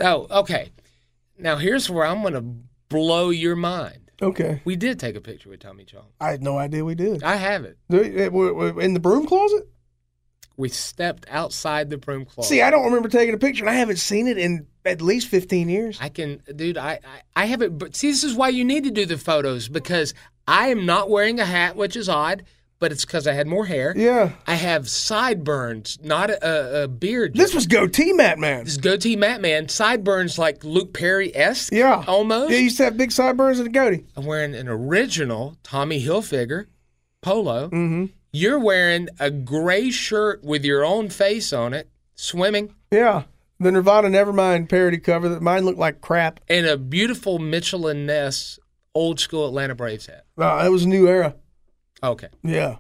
Speaker 3: oh, okay. Now here's where I'm gonna blow your mind.
Speaker 4: Okay.
Speaker 3: We did take a picture with Tommy Chong.
Speaker 4: I had no idea we did.
Speaker 3: I have it.
Speaker 4: Do we- eh, w- w- In the broom closet?
Speaker 3: We stepped outside the broom closet.
Speaker 4: See, I don't remember taking a picture, and I haven't seen it in at least 15 years.
Speaker 3: I can, dude. I, I, I have it. But see, this is why you need to do the photos because I am not wearing a hat, which is odd, but it's because I had more hair.
Speaker 4: Yeah.
Speaker 3: I have sideburns, not a, a, a beard.
Speaker 4: This was goatee Matt Man.
Speaker 3: this goatee mat man sideburns like Luke Perry esque.
Speaker 4: Yeah.
Speaker 3: almost.
Speaker 4: Yeah, you used to have big sideburns and a goatee.
Speaker 3: I'm wearing an original Tommy Hilfiger polo. Mm-hmm. You're wearing a gray shirt with your own face on it, swimming,
Speaker 4: Yeah. The Nirvana Nevermind parody cover that mine looked like crap.
Speaker 3: and a beautiful Mitchell and Ness old school Atlanta Braves hat.
Speaker 4: Uh, that was a new era.
Speaker 3: Okay.
Speaker 4: Yeah.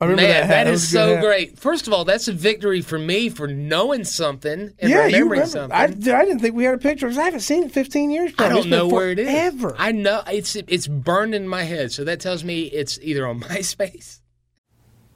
Speaker 4: I remember
Speaker 3: Man,
Speaker 4: that hat.
Speaker 3: that
Speaker 4: was a
Speaker 3: is
Speaker 4: good
Speaker 3: so
Speaker 4: hat.
Speaker 3: great. First of all, that's a victory for me for knowing something and
Speaker 4: yeah, you
Speaker 3: remembering
Speaker 4: remember.
Speaker 3: something.
Speaker 4: I, I didn't think we had a picture. of it. I haven't seen it in 15 years.
Speaker 3: I
Speaker 4: probably. It's
Speaker 3: don't
Speaker 4: been
Speaker 3: know where it is.
Speaker 4: forever.
Speaker 3: I know it's it's burned in my head. So that tells me it's either on [laughs] MySpace.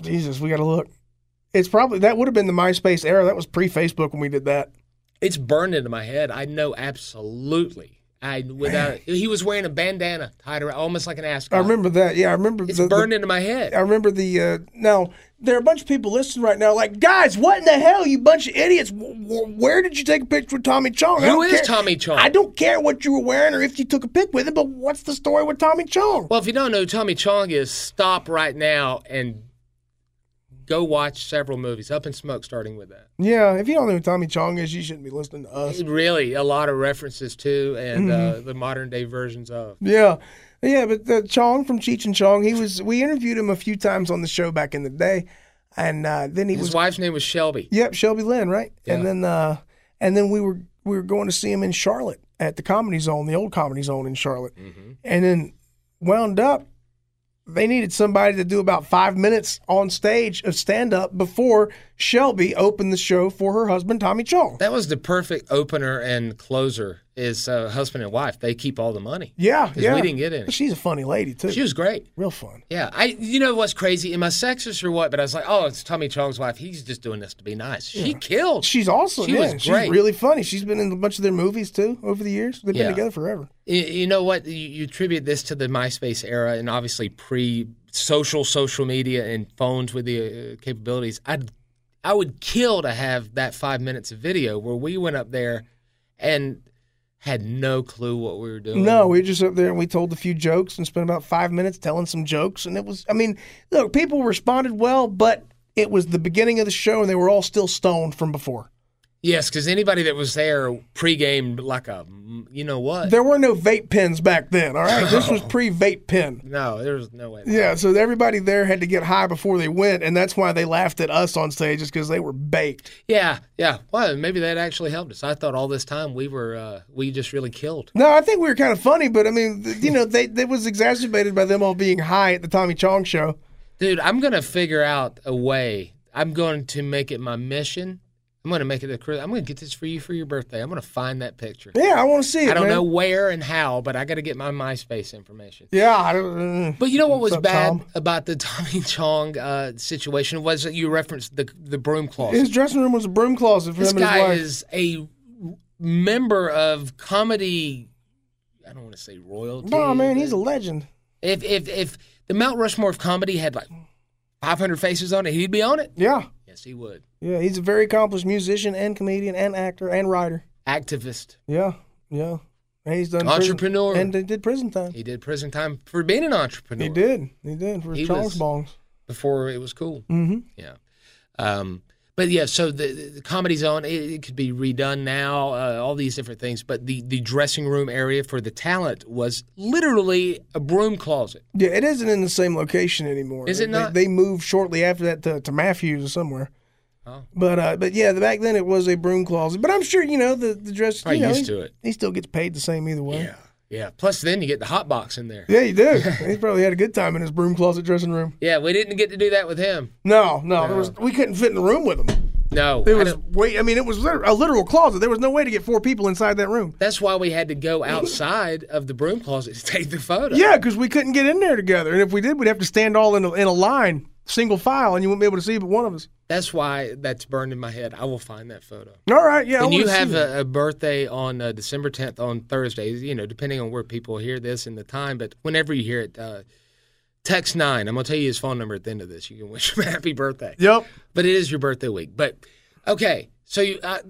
Speaker 4: Jesus, we got to look. It's probably that would have been the MySpace era. That was pre-Facebook when we did that.
Speaker 3: It's burned into my head. I know absolutely. I without he was wearing a bandana tied around almost like an ascot.
Speaker 4: I remember that. Yeah, I remember.
Speaker 3: Oh. It's
Speaker 4: the- the-
Speaker 3: burned into my head.
Speaker 4: I remember the. Uh, now there are a bunch of people listening right now, like guys, what in the hell, you bunch of idiots? W- w- where did you take a picture with Tommy Chong? I
Speaker 3: Who
Speaker 4: don't
Speaker 3: is
Speaker 4: care-
Speaker 3: Tommy Chong?
Speaker 4: I don't care what you were wearing or if you took a pic with him, but what's the story with Tommy Chong?
Speaker 3: Well, if you don't know who Tommy Chong is, stop right now and go watch several movies. Up in Smoke, starting with that.
Speaker 4: Yeah, if you don't know who Tommy Chong is, you shouldn't be listening to us.
Speaker 3: Really, a lot of references to and uh, the modern day versions of.
Speaker 4: Yeah. Yeah, but uh, Chong from Cheech and Chong, he was. We interviewed him a few times on the show back in the day, and uh, then he
Speaker 3: His
Speaker 4: was
Speaker 3: wife's name was Shelby.
Speaker 4: Yep, Shelby Lynn, right? And
Speaker 3: Yeah.
Speaker 4: then uh and then we were we were going to see him in Charlotte at the Comedy Zone, the old Comedy Zone in Charlotte.
Speaker 3: Mm-hmm.
Speaker 4: And then wound up they needed somebody to do about 5 minutes on stage of stand up before Shelby opened the show for her husband Tommy Chong.
Speaker 3: That was the perfect opener and closer. Is uh, husband and wife? They keep all the money.
Speaker 4: Yeah,
Speaker 3: 'Cause
Speaker 4: yeah.
Speaker 3: we didn't get any.
Speaker 4: She's a funny lady too.
Speaker 3: She was great.
Speaker 4: real fun.
Speaker 3: Yeah, I. You know what's crazy? Am I sexist or what? But I was like, oh, it's Tommy Chong's wife. He's just doing this to be nice. She killed.
Speaker 4: She's awesome.
Speaker 3: She
Speaker 4: yeah.
Speaker 3: was
Speaker 4: She's
Speaker 3: great.
Speaker 4: really funny. She's been in a bunch of their movies too over the years. They've
Speaker 3: Yeah.
Speaker 4: been together forever.
Speaker 3: You, you know what? You, you attribute this to the MySpace era and obviously pre social social media and phones with the uh, capabilities. I'd I would kill to have that five minutes of video where we went up there and had no clue what we were doing.
Speaker 4: No, we were just up there and we told a few jokes and spent about five minutes telling some jokes. And it was, I mean, look, people responded well, but it was the beginning of the show and they were all still stoned from before.
Speaker 3: Yes, because anybody that was there pregame like a you know what?
Speaker 4: There were no vape pens back then, all right?
Speaker 3: [laughs]
Speaker 4: This was pre vape pen.
Speaker 3: no, there was no way.
Speaker 4: Yeah, so everybody there had to get high before they went, and that's why they laughed at us on stage, is because they were baked.
Speaker 3: Yeah, yeah. Well, maybe that actually helped us. I thought all this time we were uh, we just really killed.
Speaker 4: No, I think we were kind of funny, but I mean, th- you know, they, they was exacerbated by them all being high at the Tommy Chong show.
Speaker 3: Dude, I'm gonna figure out a way. I'm going to make it my mission. I'm gonna make it a career. I'm gonna get this for you for your birthday. I'm gonna find that picture.
Speaker 4: Yeah, I want to see it.
Speaker 3: I don't
Speaker 4: man.
Speaker 3: know where and how, but I gotta get my MySpace information.
Speaker 4: Yeah, I don't. mm.
Speaker 3: But you know what was
Speaker 4: What's up,
Speaker 3: bad
Speaker 4: Tom?
Speaker 3: about the [laughs] Tommy Chong uh, situation was that you referenced the the broom closet.
Speaker 4: His dressing room was a broom closet for
Speaker 3: this
Speaker 4: him and his
Speaker 3: guy
Speaker 4: wife.
Speaker 3: is a member of comedy. I don't want to say royalty.
Speaker 4: No, man,
Speaker 3: but-
Speaker 4: he's a legend.
Speaker 3: If if if the Mount Rushmore of comedy had like 500 faces on it, he'd be on it.
Speaker 4: Yeah.
Speaker 3: Yes, he would.
Speaker 4: Yeah, he's a very accomplished musician and comedian and actor and writer.
Speaker 3: Activist.
Speaker 4: Yeah, yeah. And he's done
Speaker 3: Entrepreneur.
Speaker 4: prison, and they did prison time.
Speaker 3: He did prison time for being an entrepreneur.
Speaker 4: He did, he did for
Speaker 3: He was-
Speaker 4: Charles Bongs.
Speaker 3: before it was cool.
Speaker 4: Mm-hmm.
Speaker 3: Yeah. Um, but yeah, so the, the comedy zone it, it could be redone now, uh, all these different things. But the the dressing room area for the talent was literally a broom closet.
Speaker 4: Yeah, it isn't in the same location anymore.
Speaker 3: Is it
Speaker 4: They-
Speaker 3: not?
Speaker 4: They, moved shortly after that to, to Matthews or somewhere.
Speaker 3: Oh.
Speaker 4: But uh, but yeah, the- back then it was a broom closet. But I'm sure you know the the dress.
Speaker 3: Probably
Speaker 4: you know,
Speaker 3: used
Speaker 4: he-
Speaker 3: to it.
Speaker 4: He still gets paid the same either way.
Speaker 3: Yeah. Plus, then you get the hot box in there.
Speaker 4: yeah, you do.
Speaker 3: [laughs]
Speaker 4: he probably had a good time in his broom closet dressing room.
Speaker 3: Yeah, we didn't get to do that with him.
Speaker 4: No, no, There was, we couldn't fit in the room with him.
Speaker 3: No,
Speaker 4: It
Speaker 3: I
Speaker 4: was
Speaker 3: don't-
Speaker 4: wait. I mean, it was lit- a literal closet. There was no way to get four people inside that room.
Speaker 3: That's why we had to go outside of the broom closet to take the photo.
Speaker 4: Yeah, because we couldn't get in there together, and if we did, we'd have to stand all in a, in a line, single file, and you wouldn't be able to see but one of us.
Speaker 3: That's why that's burned in my head. I will find that photo.
Speaker 4: All right, yeah. I
Speaker 3: and you
Speaker 4: wanna see
Speaker 3: have
Speaker 4: that.
Speaker 3: a, a birthday on uh, December 10th on Thursday, you know, depending on where people hear this and the time, but whenever you hear it, uh, text nine. I'm going to tell you his phone number at the end of this. You can wish him a happy birthday.
Speaker 4: Yep.
Speaker 3: But it is your birthday week. But okay, so you, I,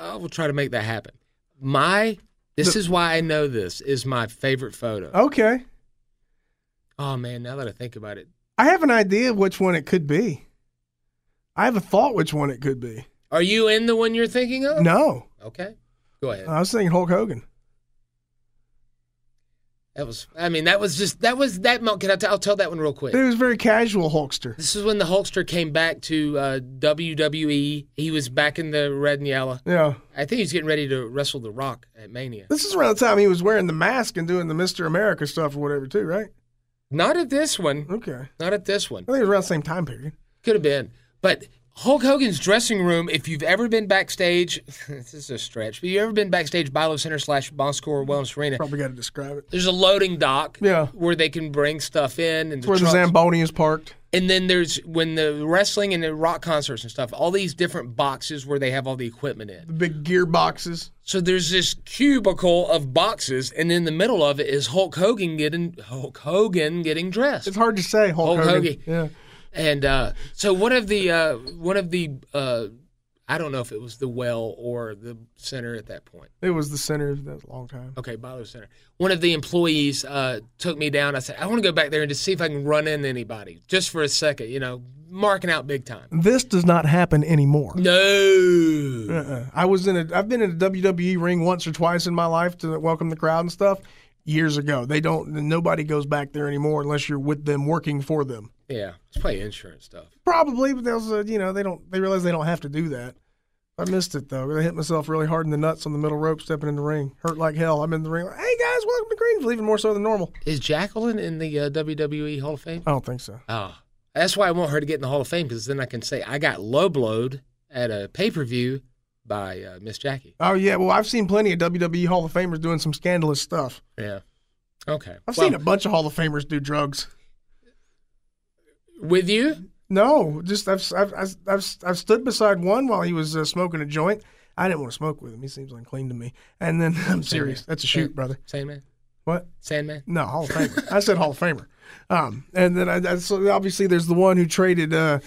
Speaker 3: I will try to make that happen. My, this is why I know this is my favorite photo. Oh,
Speaker 4: Okay.
Speaker 3: man, now that I think about it,
Speaker 4: I have an idea of which one it could be. I have a thought which one it could be.
Speaker 3: are you in the one you're thinking of?
Speaker 4: No, Uh,
Speaker 3: Okay, go ahead.
Speaker 4: I was thinking Hulk Hogan.
Speaker 3: that was, I mean, that was just that was that. mo- Can I? T- I'll tell that one real quick.
Speaker 4: It was very casual Hulkster.
Speaker 3: This is when the Hulkster came back to uh, WWE. He was back in the red and yellow.
Speaker 4: Yeah.
Speaker 3: I think he's getting ready to wrestle The Rock at Mania.
Speaker 4: This is around the time he was wearing the mask and doing the Mr. America stuff or whatever, too, right?
Speaker 3: Not at this one.
Speaker 4: Okay.
Speaker 3: Not at this one.
Speaker 4: I think it was around the same time period.
Speaker 3: Could have been. But Hulk Hogan's dressing room, if you've ever been backstage, [laughs] this is a stretch, but you've ever been backstage Bilo Center slash Bonsecore Wellness Arena,
Speaker 4: Probably got to describe it.
Speaker 3: there's a loading dock
Speaker 4: Yeah.
Speaker 3: where they can bring stuff in. And
Speaker 4: It's where the
Speaker 3: trucks-
Speaker 4: Zamboni is parked.
Speaker 3: And then there's when the wrestling and the rock concerts and stuff, all these different boxes where they have all the equipment in.
Speaker 4: The big gear boxes.
Speaker 3: So there's this cubicle of boxes, and in the middle of it is Hulk Hogan getting Hulk Hogan getting dressed.
Speaker 4: It's hard to say, Hulk,
Speaker 3: Hulk
Speaker 4: Hogan.
Speaker 3: Hogan.
Speaker 4: Yeah.
Speaker 3: And uh, so one of the uh, one of the uh, I don't know if it was the well or the center at that point.
Speaker 4: It was the center of that long time.
Speaker 3: Okay, Bother Center. One of the employees uh, took me down. I said, I want to go back there and just see if I can run into anybody just for a second. You know, marking out big time.
Speaker 4: This does not happen anymore.
Speaker 3: No.
Speaker 4: Uh-uh. I was in a. I've been in a WWE ring once or twice in my life to welcome the crowd and stuff. Years ago, they don't. Nobody goes back there anymore unless you're with them, working for them.
Speaker 3: Yeah, it's probably insurance stuff.
Speaker 4: Probably, but that was a, you know they don't. They realize they don't have to do that. I missed it though. I hit myself really hard in the nuts on the middle rope, stepping in the ring. Hurt like hell. I'm in the ring. Like, hey guys, welcome to Greenville. Even more so than normal.
Speaker 3: Is Jacqueline in the uh, WWE Hall of Fame?
Speaker 4: I don't think so.
Speaker 3: Oh, that's why I want her to get in the Hall of Fame because then I can say I got low blowed at a pay per view by uh, Miss Jackie.
Speaker 4: Oh yeah. Well, I've seen plenty of WWE Hall of Famers doing some scandalous stuff.
Speaker 3: Yeah. Okay.
Speaker 4: I've
Speaker 3: Well,
Speaker 4: seen a bunch of Hall of Famers do drugs.
Speaker 3: with you.
Speaker 4: No, just I've I've I've, I've, I've stood beside one while he was uh, smoking a joint. I didn't want to smoke with him. He seems unclean to me. And then [laughs] I'm serious.
Speaker 3: here.
Speaker 4: That's a shoot, brother.
Speaker 3: Sandman.
Speaker 4: What?
Speaker 3: Sandman.
Speaker 4: No, Hall of Famer. I said Hall of Famer. Um, and then I, I so obviously there's the one who
Speaker 3: [laughs]
Speaker 4: traded uh,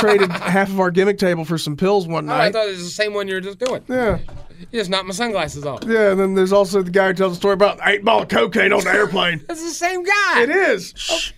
Speaker 4: traded half of our gimmick table for some pills one
Speaker 3: Oh, I
Speaker 4: night.
Speaker 3: thought it was the same one you were just doing.
Speaker 4: yeah,
Speaker 3: You just knocked my sunglasses off.
Speaker 4: yeah. And then there's also the guy who tells the story about eight ball of cocaine on the airplane.
Speaker 3: [laughs] That's the same guy.
Speaker 4: it is.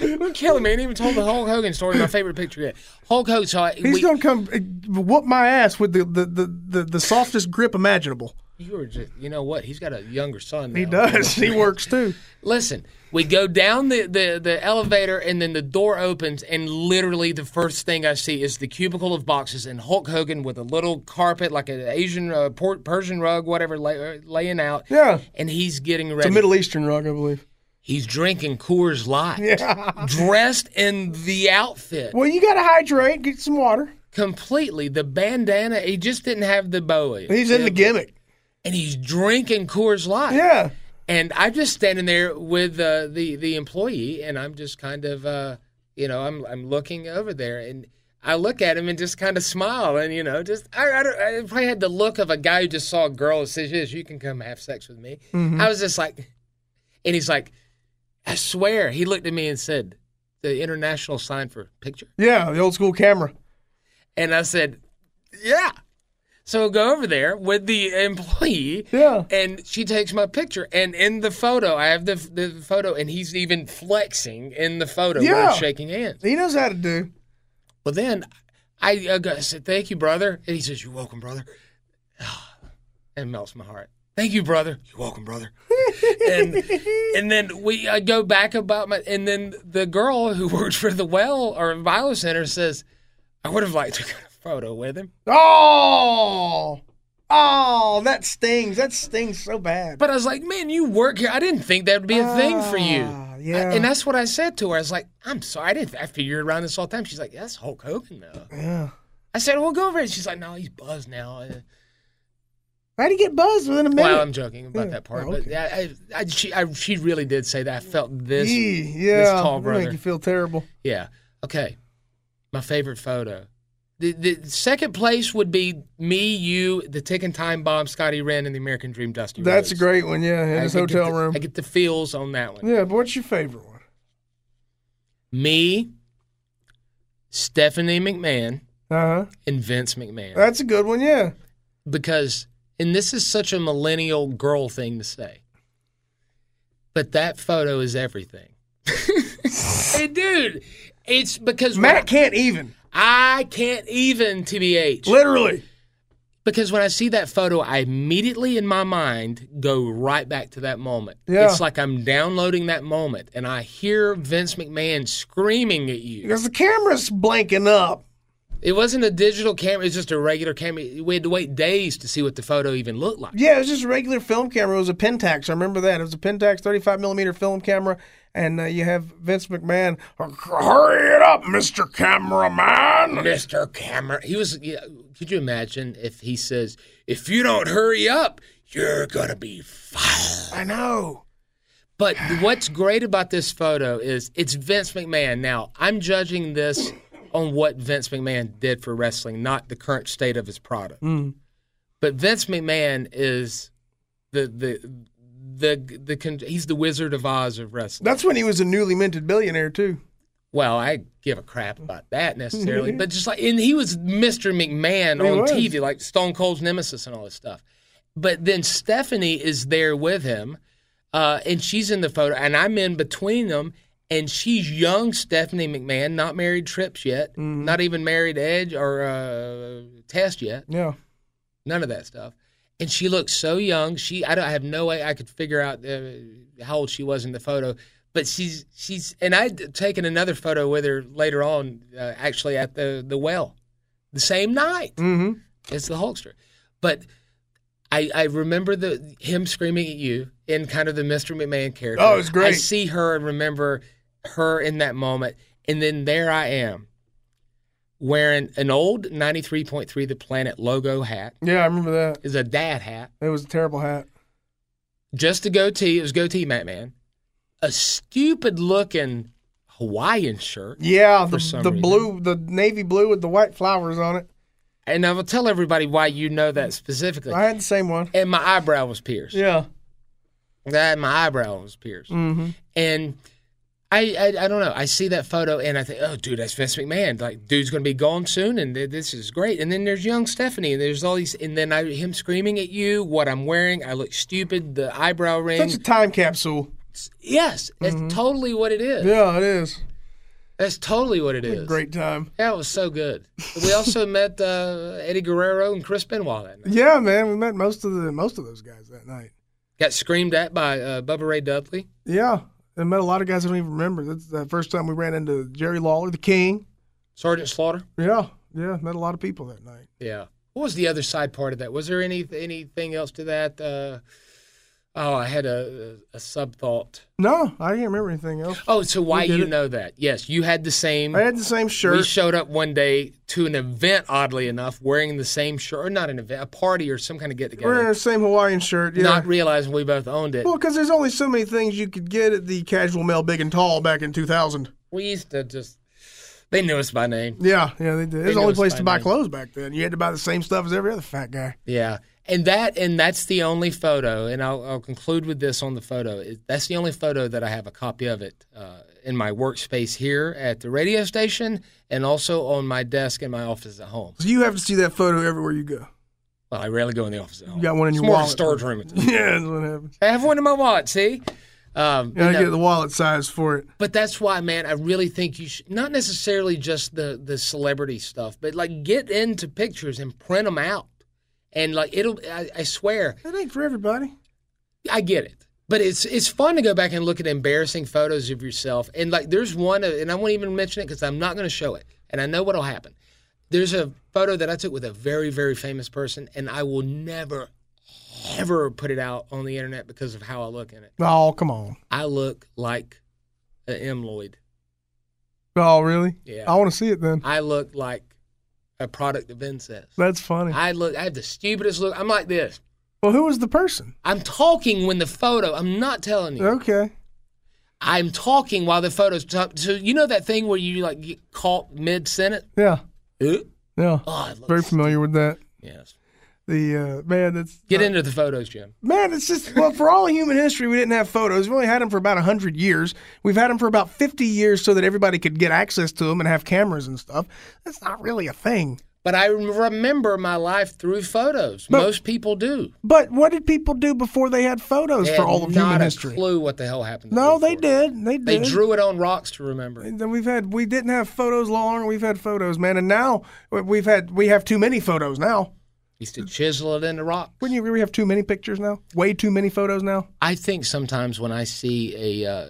Speaker 3: You're killing me. I ain't even told the Hulk Hogan story. My favorite picture yet. Hulk Hogan. So I,
Speaker 4: He's
Speaker 3: we-
Speaker 4: gonna come uh, whoop my ass with the the, the, the, the softest grip imaginable.
Speaker 3: You were just. You know what? He's got a younger son.
Speaker 4: He
Speaker 3: now.
Speaker 4: does. He works too.
Speaker 3: Listen, we go down the, the, the elevator and then the door opens, and literally the first thing I see is the cubicle of boxes and Hulk Hogan with a little carpet, like an Asian, uh, Por- Persian rug, whatever, lay, uh, laying out.
Speaker 4: Yeah.
Speaker 3: And he's getting
Speaker 4: It's
Speaker 3: ready.
Speaker 4: a Middle Eastern rug, I [laughs] believe.
Speaker 3: he's drinking Coors Light, dressed in the outfit,
Speaker 4: Well, you got to hydrate, get some water.
Speaker 3: completely. The bandana, he just didn't have the bowie.
Speaker 4: He's in the gimmick.
Speaker 3: and he's drinking Coors Light.
Speaker 4: Yeah.
Speaker 3: and I'm just standing there with uh, the the employee, and I'm just kind of, uh, you know, I'm I'm looking over there, and I look at him and just kind of smile, and you know, just I I, don't, I probably had the look of a guy who just saw a girl and says, "Yes, you can come have sex with me." I was just like, and he's like, "I swear," he looked at me and said, "The international sign for picture."
Speaker 4: Yeah, the old school camera.
Speaker 3: And I said, Yeah. So I go over there with the employee.
Speaker 4: Yeah.
Speaker 3: And she takes my picture. And in the photo, I have the, the photo, and he's even flexing in the photo. Yeah.
Speaker 4: Yeah.
Speaker 3: We're shaking hands.
Speaker 4: He knows how to do.
Speaker 3: Well, then I, I go- I said, Thank you, brother. And he says, You're welcome, brother. [sighs] And it melts my heart. Thank you, brother. You're welcome, brother. and and then we I go back about my and then the girl who works for the well or bio center says, I would have liked to get a photo with him.
Speaker 4: Oh, oh, that stings. That stings so bad.
Speaker 3: But I was like, man, you work here. I didn't think that would be a thing for you.
Speaker 4: Ah, yeah.
Speaker 3: I- and that's what I said to her. I was like, I'm sorry. I didn't. I figured around this all the time. She's like, that's Hulk Hogan, though.
Speaker 4: yeah.
Speaker 3: I said, "We'll go over it." She's like, "No, he's buzzed now." Uh,
Speaker 4: How'd he get buzzed within a minute?
Speaker 3: Well, I'm joking about
Speaker 4: Yeah.
Speaker 3: that part,
Speaker 4: Oh,
Speaker 3: but
Speaker 4: okay.
Speaker 3: I, I, I, she, I, she really did say that. I felt this.
Speaker 4: Yee, yeah,
Speaker 3: this tall
Speaker 4: that'd
Speaker 3: brother.
Speaker 4: make you feel terrible.
Speaker 3: Yeah. Okay. My favorite photo. The, the second place would be me, you, the ticking time bomb, Scotty Wren, and the American Dream, Dusty.
Speaker 4: That's a
Speaker 3: Rhodes.
Speaker 4: great one. Yeah, in
Speaker 3: I
Speaker 4: his
Speaker 3: could get
Speaker 4: hotel
Speaker 3: the-
Speaker 4: room.
Speaker 3: I get the feels on that one.
Speaker 4: yeah, but what's your favorite one?
Speaker 3: Me, Stephanie McMahon,
Speaker 4: Uh huh.
Speaker 3: and Vince McMahon.
Speaker 4: That's a good one. Yeah.
Speaker 3: because and this is such a millennial girl thing to say but that photo is
Speaker 4: [laughs]
Speaker 3: everything hey dude it's because
Speaker 4: Matt can't even.
Speaker 3: i can't even tbh
Speaker 4: Literally.
Speaker 3: because when i see that photo i immediately in my mind go right back to that moment
Speaker 4: Yeah.
Speaker 3: it's like i'm downloading that moment and i hear vince mcmahon screaming at you
Speaker 4: Because the camera's blanking up.
Speaker 3: it wasn't a digital camera it's just a regular camera we had to wait days to see what the photo even looked like
Speaker 4: Yeah, it was just a regular film camera. It was a Pentax. I remember that. It was a Pentax 35 millimeter film camera. And uh, you have Vince McMahon. Hurry it up, Mr. Cameraman.
Speaker 3: Mr. Camera. He was. Yeah, could you imagine if he says, "If you don't hurry up, you're gonna be fired."
Speaker 4: I know.
Speaker 3: But what's great about this photo is it's Vince McMahon. Now I'm judging this on what Vince McMahon did for wrestling, not the current state of his product. But Vince McMahon is the the. The, the con- he's the Wizard of Oz of wrestling.
Speaker 4: That's when he was a newly minted billionaire, too.
Speaker 3: Well, I give a crap about that
Speaker 4: [laughs]
Speaker 3: necessarily, but just like, and he was Mr. McMahon
Speaker 4: He
Speaker 3: on
Speaker 4: was.
Speaker 3: TV, like Stone Cold's nemesis and all this stuff. But then Stephanie is there with him, uh, and she's in the photo, and I'm in between them, and she's young Stephanie McMahon, not married Trips yet,
Speaker 4: Mm-hmm.
Speaker 3: not even married Edge or uh, Test yet,
Speaker 4: Yeah.
Speaker 3: none of that stuff. And she looks so young. She, I don't, I have no way I could figure out uh, how old she was in the photo. But she's, she's, and I'd taken another photo with her later on, uh, actually at the the well, the same night.
Speaker 4: Mm
Speaker 3: It's the Hulkster. But I, I remember the him screaming at you in kind of the Mr. McMahon character.
Speaker 4: Oh, it was great.
Speaker 3: I see her and remember her in that moment. And then there I am wearing an old 93.3 The Planet logo hat.
Speaker 4: hmm. Yeah, I remember that.
Speaker 3: It's a dad hat.
Speaker 4: It was a terrible hat.
Speaker 3: Just a goatee. It was goatee, Matt Man. A stupid looking Hawaiian shirt.
Speaker 4: Yeah,
Speaker 3: For
Speaker 4: the,
Speaker 3: some
Speaker 4: the
Speaker 3: reason.
Speaker 4: blue, the navy blue with the white flowers on it.
Speaker 3: And I will tell everybody why you know that specifically.
Speaker 4: I had the same one.
Speaker 3: And my eyebrow was pierced.
Speaker 4: Yeah.
Speaker 3: That my eyebrow was pierced.
Speaker 4: Mm-hmm.
Speaker 3: And I, I I don't know. I see that photo and I think, oh, dude, that's Vince McMahon. Like, dude's gonna be gone soon, and th- this is great. And then there's young Stephanie, and there's all these, and then I him screaming at you, what I'm wearing, I look stupid, the eyebrow ring.
Speaker 4: Such a time capsule.
Speaker 3: yes, that's totally what it is.
Speaker 4: Yeah, it is.
Speaker 3: That's totally what it is.
Speaker 4: Great time.
Speaker 3: That was so good. We
Speaker 4: [laughs]
Speaker 3: also met uh, Eddie Guerrero and Chris Benoit that night.
Speaker 4: Yeah, man, we met most of the most of those guys that night.
Speaker 3: Got screamed at by uh, Bubba Ray Dudley.
Speaker 4: Yeah, I met a lot of guys I don't even remember. That's the first time we ran into Jerry Lawler, the King.
Speaker 3: Sergeant Slaughter.
Speaker 4: Yeah, yeah, met a lot of people that night.
Speaker 3: Yeah. What was the other side part of that? Was there any anything else to that? Uh, oh, I had a a sub thought.
Speaker 4: No, I can't remember anything else.
Speaker 3: Oh, so why
Speaker 4: We did
Speaker 3: you
Speaker 4: it.
Speaker 3: know that? Yes, you had the same.
Speaker 4: I had the same
Speaker 3: We
Speaker 4: shirt.
Speaker 3: showed up one day to an event, oddly enough, wearing the same shirt, or not an event, a party or some kind of get
Speaker 4: We We're in
Speaker 3: together,
Speaker 4: the same Hawaiian shirt. Yeah.
Speaker 3: not realizing we both owned it.
Speaker 4: well, because there's only so many things you could get at the casual male, big and tall back in 2000.
Speaker 3: We used to just. They knew us by name.
Speaker 4: Yeah, yeah, they did. It
Speaker 3: They
Speaker 4: was the only
Speaker 3: noticed
Speaker 4: place
Speaker 3: by
Speaker 4: to buy
Speaker 3: name.
Speaker 4: clothes back then. You had to buy the same stuff as every other fat guy.
Speaker 3: Yeah, and that and that's the only photo, and I'll, I'll conclude with this on the photo. It- That's the only photo that I have a copy of it uh, in my workspace here at the radio station, and also on my desk in my office at home.
Speaker 4: So you have to see that photo everywhere you go.
Speaker 3: Well, I rarely go in the office at home.
Speaker 4: got one in
Speaker 3: It's
Speaker 4: your
Speaker 3: more of a
Speaker 4: wallet.
Speaker 3: storage room. at the-
Speaker 4: [laughs] yeah, that's what happens.
Speaker 3: I have one in my wallet. See. Um,
Speaker 4: You gotta
Speaker 3: you know,
Speaker 4: get the wallet size for it.
Speaker 3: but that's why, man. I really think you should not necessarily just the the celebrity stuff, but like get into pictures and print them out, and like it'll. I, I swear,
Speaker 4: It ain't for everybody.
Speaker 3: I get it. But it's it's fun to go back and look at embarrassing photos of yourself. And like, there's one, uh, and I won't even mention it because I'm not going to show it. And I know what'll happen. There's a photo that I took with a very very famous person, and I will never ever put it out on the internet because of how I look in it.
Speaker 4: Oh, come on.
Speaker 3: I look like an M. Lloyd.
Speaker 4: Oh, really?
Speaker 3: Yeah.
Speaker 4: I want to see it then.
Speaker 3: I look like a product of incest.
Speaker 4: That's funny.
Speaker 3: I look. I have the stupidest look. I'm like this.
Speaker 4: well, who was the person?
Speaker 3: I'm talking when the photo. I'm not telling you.
Speaker 4: Okay.
Speaker 3: I'm talking while the photo's. T- so you know that thing where you like get caught mid sentence.
Speaker 4: Yeah.
Speaker 3: Oh,
Speaker 4: Yeah.
Speaker 3: it looks
Speaker 4: Very familiar with that.
Speaker 3: Yes.
Speaker 4: The uh, man that's
Speaker 3: Get into the photos, Jim.
Speaker 4: Man, it's just well for all of human history, we didn't have photos. We've only had them for about hundred years. We've had them for about fifty years, so that everybody could get access to them and have cameras and stuff. That's not really a thing.
Speaker 3: But I remember my life through photos.
Speaker 4: But-
Speaker 3: Most people do.
Speaker 4: But what did people do before they had photos
Speaker 3: They
Speaker 4: for
Speaker 3: had
Speaker 4: all of
Speaker 3: not
Speaker 4: human
Speaker 3: a
Speaker 4: history?
Speaker 3: clue what the hell happened. to
Speaker 4: No,
Speaker 3: them
Speaker 4: they
Speaker 3: before.
Speaker 4: did. They did.
Speaker 3: They drew it on rocks to remember. it.
Speaker 4: And Then we've had we didn't have photos long. We've had photos, man, and now we- we've had we have too many photos now.
Speaker 3: used to chisel it into rock.
Speaker 4: Wouldn't you agree? We have too many pictures now. Way too many photos now.
Speaker 3: I think sometimes when I see a uh,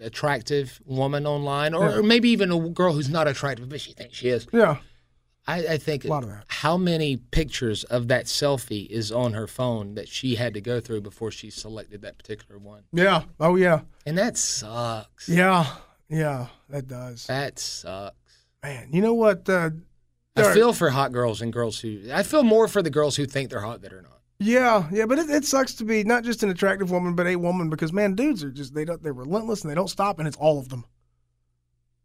Speaker 3: attractive woman online, or, or maybe even a girl who's not attractive but she thinks she is,
Speaker 4: Yeah,
Speaker 3: I, I think
Speaker 4: lot of that.
Speaker 3: how many pictures of that selfie is on her phone that she had to go through before she selected that particular one,
Speaker 4: yeah. Oh yeah,
Speaker 3: and that sucks.
Speaker 4: yeah, yeah. That does,
Speaker 3: That sucks.
Speaker 4: man. You know what? Uh,
Speaker 3: I
Speaker 4: Derek-
Speaker 3: feel for hot girls and girls who. I feel more for the girls who think they're hot that are not.
Speaker 4: Yeah, yeah, but it, it sucks to be not just an attractive woman, but a woman because man, dudes are just they don't they're relentless and they don't stop, and it's all of them. [laughs]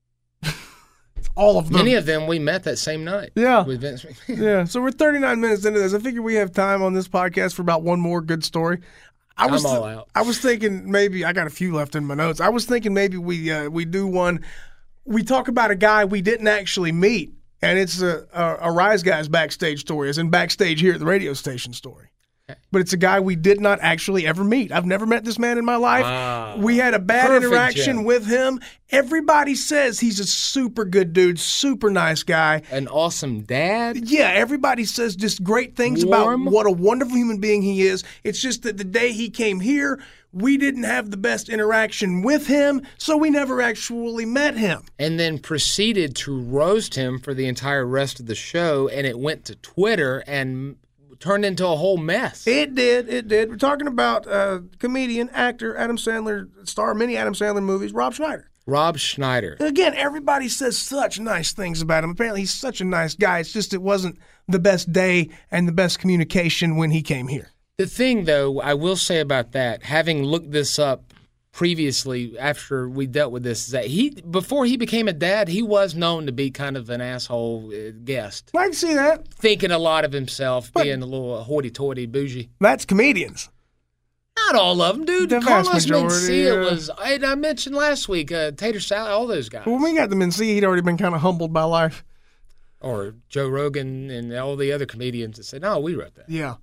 Speaker 4: it's all of them.
Speaker 3: Many of them we met that same night.
Speaker 4: Yeah.
Speaker 3: With Vince McMahon.
Speaker 4: [laughs] yeah, so we're 39 minutes into this. I figure we have time on this podcast for about one more good story. I
Speaker 3: I'm
Speaker 4: was
Speaker 3: all out.
Speaker 4: I was thinking maybe I got a few left in my notes. I was thinking maybe we uh, we do one. We talk about a guy we didn't actually meet, and it's a, a, a Rise Guys backstage story, as in backstage here at the radio station story. But it's a guy we did not actually ever meet. I've never met this man in my life. we had a bad
Speaker 3: Ah, Perfect,
Speaker 4: interaction
Speaker 3: Jim.
Speaker 4: with him. Everybody says he's a super good dude, super nice guy.
Speaker 3: [laughs] An awesome dad.
Speaker 4: Yeah, everybody says just great things
Speaker 3: Warm.
Speaker 4: about what a wonderful human being he is. It's just that the day he came here, we didn't have the best interaction with him, so we never actually met him.
Speaker 3: and then proceeded to roast him for the entire rest of the show and it went to twitter and turned into a whole mess
Speaker 4: It did, it did. We're talking about uh, comedian, actor, Adam Sandler, star of many Adam Sandler movies, Rob Schneider.
Speaker 3: rob schneider
Speaker 4: Again, everybody says such nice things about him. Apparently, he's such a nice guy. It's just it wasn't the best day and the best communication when he came here.
Speaker 3: the thing though i will say about that having looked this up previously after we dealt with this is that he before he became a dad he was known to be kind of an asshole uh, guest
Speaker 4: I can see that.
Speaker 3: thinking a lot of himself being a little hoity-toity bougie
Speaker 4: That's comedians.
Speaker 3: not all of them dude
Speaker 4: The vast
Speaker 3: carlos
Speaker 4: majority,
Speaker 3: mencia
Speaker 4: yeah.
Speaker 3: was I, I mentioned last week uh, tater salad all those guys
Speaker 4: When we got them in see, he'd already been kind of humbled by life.
Speaker 3: or Joe Rogan and all the other comedians that said, "No, we wrote that."
Speaker 4: Yeah.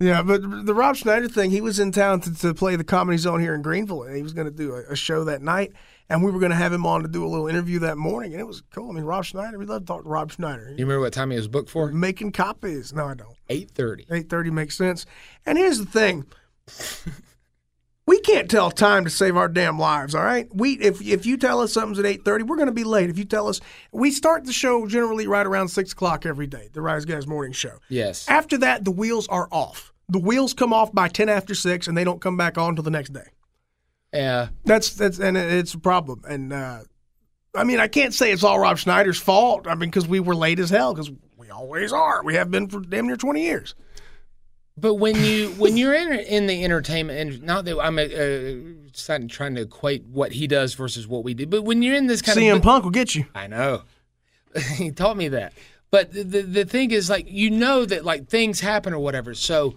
Speaker 4: Yeah, but the Rob Schneider thing, he was in town to, to play the Comedy Zone here in Greenville, and he was going to do a, a show that night, and we were going to have him on to do a little interview that morning, and it was cool. I mean, Rob Schneider, we love talking to Rob Schneider.
Speaker 3: You remember what time he was booked for?
Speaker 4: Making copies. No, I don't.
Speaker 3: Eight thirty.
Speaker 4: 8.30 makes sense. And here's the thing. We can't tell time to save our damn lives, all right? We if if you tell us something's at eight thirty, we're gonna be late. If you tell us we start the show generally right around six o'clock every day, the Rise Guys morning show.
Speaker 3: Yes.
Speaker 4: After that, the wheels are off. The wheels come off by ten after six, and they don't come back on until the next day.
Speaker 3: Yeah.
Speaker 4: That's that's and it's a problem. And uh, I mean, I can't say it's all Rob Schneider's fault. I mean, because we were late as hell, because we always are. We have been for damn near twenty years.
Speaker 3: But when you when you're in in the entertainment, and not that I'm uh, it's not trying to equate what he does versus what we do, but when you're in this kind
Speaker 4: CM
Speaker 3: of
Speaker 4: Punk will get you.
Speaker 3: I know. [laughs] he taught me that. But the, the the thing is, like, you know that like things happen or whatever. So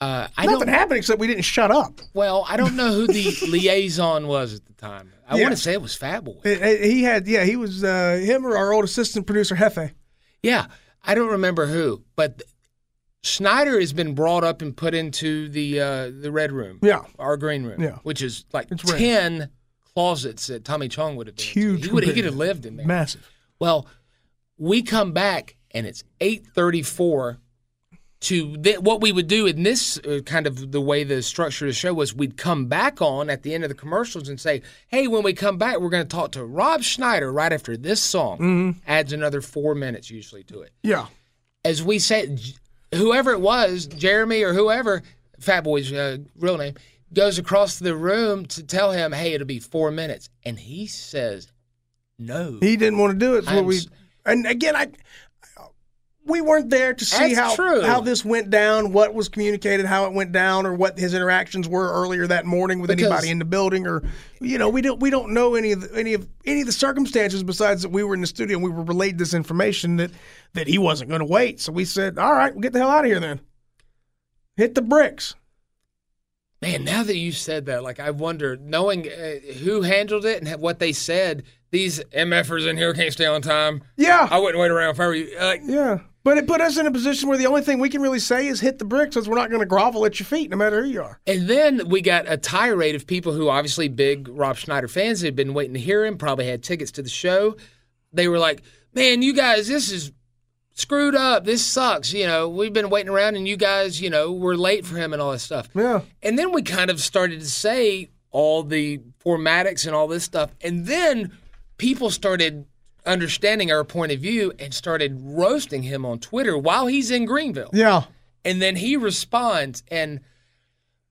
Speaker 3: uh, I
Speaker 4: Nothing
Speaker 3: don't.
Speaker 4: happened except we didn't shut up.
Speaker 3: well, I don't know who the [laughs] liaison was at the time. I
Speaker 4: Yeah.
Speaker 3: want to say it was Fat Boy.
Speaker 4: Eh, eh, He had, yeah, he was uh, him or our old assistant producer Hefe.
Speaker 3: Yeah, I don't remember who, but Schneider has been brought up and put into the uh, the red room.
Speaker 4: Yeah.
Speaker 3: our green room.
Speaker 4: Yeah.
Speaker 3: which is like
Speaker 4: It's red.
Speaker 3: ten closets that Tommy Chong would have been.
Speaker 4: It's
Speaker 3: in.
Speaker 4: huge
Speaker 3: He would he
Speaker 4: compared
Speaker 3: could have
Speaker 4: to-
Speaker 3: lived in there.
Speaker 4: Massive.
Speaker 3: Well, we come back and it's eight thirty four. To th- what we would do in this uh, kind of the way the structure of the show was, we'd come back on at the end of the commercials and say, "Hey, when we come back, we're going to talk to Rob Schneider right after this song."
Speaker 4: Mm-hmm.
Speaker 3: Adds another four minutes usually to it
Speaker 4: Yeah.
Speaker 3: as we said, J- whoever it was, Jeremy or whoever, Fat Boy's uh, real name, goes across the room to tell him, "Hey, it'll be four minutes," and he says, "No."
Speaker 4: He didn't want to do it. So
Speaker 3: I'm
Speaker 4: we,
Speaker 3: s-
Speaker 4: and again, I we weren't there to
Speaker 3: That's
Speaker 4: see how
Speaker 3: true.
Speaker 4: how this went down, what was communicated, how it went down, or what his interactions were earlier that morning with
Speaker 3: Because-
Speaker 4: anybody in the building, or you know, we don't we don't know any of the, any of any of the circumstances besides that we were in the studio and we were relayed this information that that he wasn't going to wait. So we said, all right, we'll get the hell out of here then. Hit the bricks.
Speaker 3: Man, now that you said that, like I wonder, knowing uh, who handled it and ha- what they said, these mfers in here can't stay on time.
Speaker 4: Yeah.
Speaker 3: I wouldn't wait around for you. Uh,
Speaker 4: Yeah. But it put us in a position where the only thing we can really say is hit the bricks because we're not going to grovel at your feet no matter who you are.
Speaker 3: and then we got a tirade of people who obviously big Rob Schneider fans who had been waiting to hear him, probably had tickets to the show. They were like, "Man, you guys, this is screwed up. This sucks. You know, we've been waiting around, and you guys, you know, were late for him and all this stuff."
Speaker 4: Yeah.
Speaker 3: And then we kind of started to say all the formatics and all this stuff. And then people started understanding our point of view and started roasting him on Twitter while he's in Greenville.
Speaker 4: Yeah.
Speaker 3: And then he responds and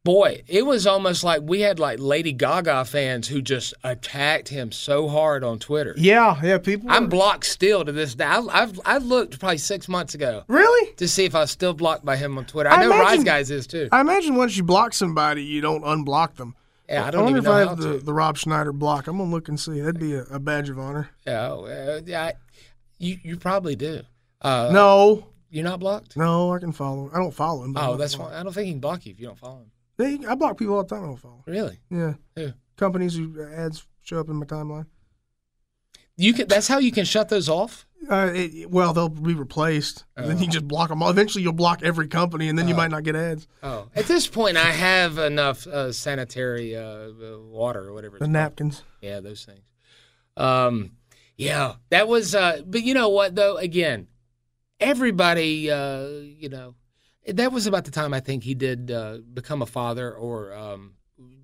Speaker 3: boy, it was almost like we had like Lady Gaga fans who just attacked him so hard on Twitter.
Speaker 4: Yeah. Yeah. People.
Speaker 3: I'm blocked still to this day. I, I've I looked probably six months ago
Speaker 4: really?
Speaker 3: to see if I was still blocked by him on Twitter.
Speaker 4: I
Speaker 3: I, know Rise
Speaker 4: imagine-
Speaker 3: Guys is too.
Speaker 4: I imagine once you block somebody, you don't unblock them.
Speaker 3: yeah, I don't
Speaker 4: wonder
Speaker 3: even know
Speaker 4: if uh, I
Speaker 3: how
Speaker 4: have
Speaker 3: to.
Speaker 4: the, the Rob Schneider block. I'm gonna look and see. That'd be a, a badge of honor.
Speaker 3: Yeah, uh, yeah, I- you you probably do. Uh,
Speaker 4: no,
Speaker 3: you're not blocked.
Speaker 4: no, I can follow. him. I don't follow him. but
Speaker 3: Oh,
Speaker 4: I
Speaker 3: that's
Speaker 4: follow
Speaker 3: fine. I don't think he can block you if you don't follow him.
Speaker 4: him. They- I block people all the time. I don't follow.
Speaker 3: Really?
Speaker 4: Yeah,
Speaker 3: Yeah.
Speaker 4: companies who uh, ads show up in my timeline.
Speaker 3: You can. That's how you can shut those off.
Speaker 4: Uh, it, well, they'll be replaced. Then
Speaker 3: Uh.
Speaker 4: you just block them all. Eventually, you'll block every company, and then you might not get ads.
Speaker 3: Oh, at this point, I have enough uh, sanitary uh, uh, water or whatever. It's
Speaker 4: The napkins.
Speaker 3: Yeah, those things. Um, yeah, that was. Uh, but you know what though? Again, everybody, uh, you know, that was about the time I think he did uh, become a father or um,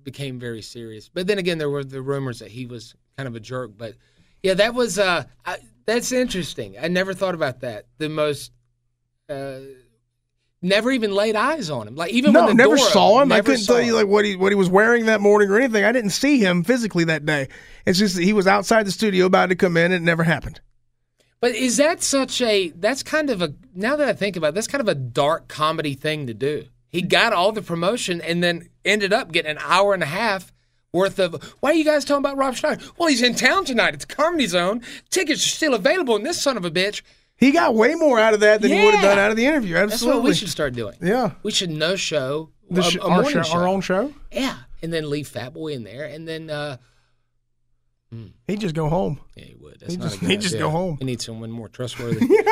Speaker 3: became very serious. But then again, there were the rumors that he was kind of a jerk. But yeah, that was. Uh, I, that's interesting. I never thought about that. The most. Uh, Never even laid eyes on him. Like even
Speaker 4: No,
Speaker 3: when the
Speaker 4: never
Speaker 3: door
Speaker 4: saw him. I
Speaker 3: never
Speaker 4: couldn't
Speaker 3: saw
Speaker 4: tell you
Speaker 3: him.
Speaker 4: like what he what he was wearing that morning or anything. I didn't see him physically that day. It's just that he was outside the studio about to come in, and it never happened.
Speaker 3: But is that such a that's kind of a now that I think about it, that's kind of a dark comedy thing to do. He
Speaker 4: Hmm.
Speaker 3: got all the promotion and then ended up getting an hour and a half worth of why are you guys talking about Rob Schneider? Well, he's in town tonight. It's Comedy Zone. Tickets are still available and this son of a bitch.
Speaker 4: He got way more out of that than he would have
Speaker 3: Yeah.
Speaker 4: done out of the interview.
Speaker 3: That's
Speaker 4: Absolutely.
Speaker 3: what we should start doing.
Speaker 4: Yeah.
Speaker 3: We should no show
Speaker 4: The
Speaker 3: a,
Speaker 4: sh-
Speaker 3: a
Speaker 4: our,
Speaker 3: morning
Speaker 4: show,
Speaker 3: show.
Speaker 4: our own show.
Speaker 3: Yeah. And then leave Fatboy in there and then uh
Speaker 4: He'd just
Speaker 3: [laughs]
Speaker 4: go home.
Speaker 3: yeah, he would. That's
Speaker 4: He'd
Speaker 3: not
Speaker 4: just-
Speaker 3: a good
Speaker 4: he'd just
Speaker 3: idea.
Speaker 4: go home.
Speaker 3: We need someone more trustworthy.
Speaker 4: [laughs] yeah.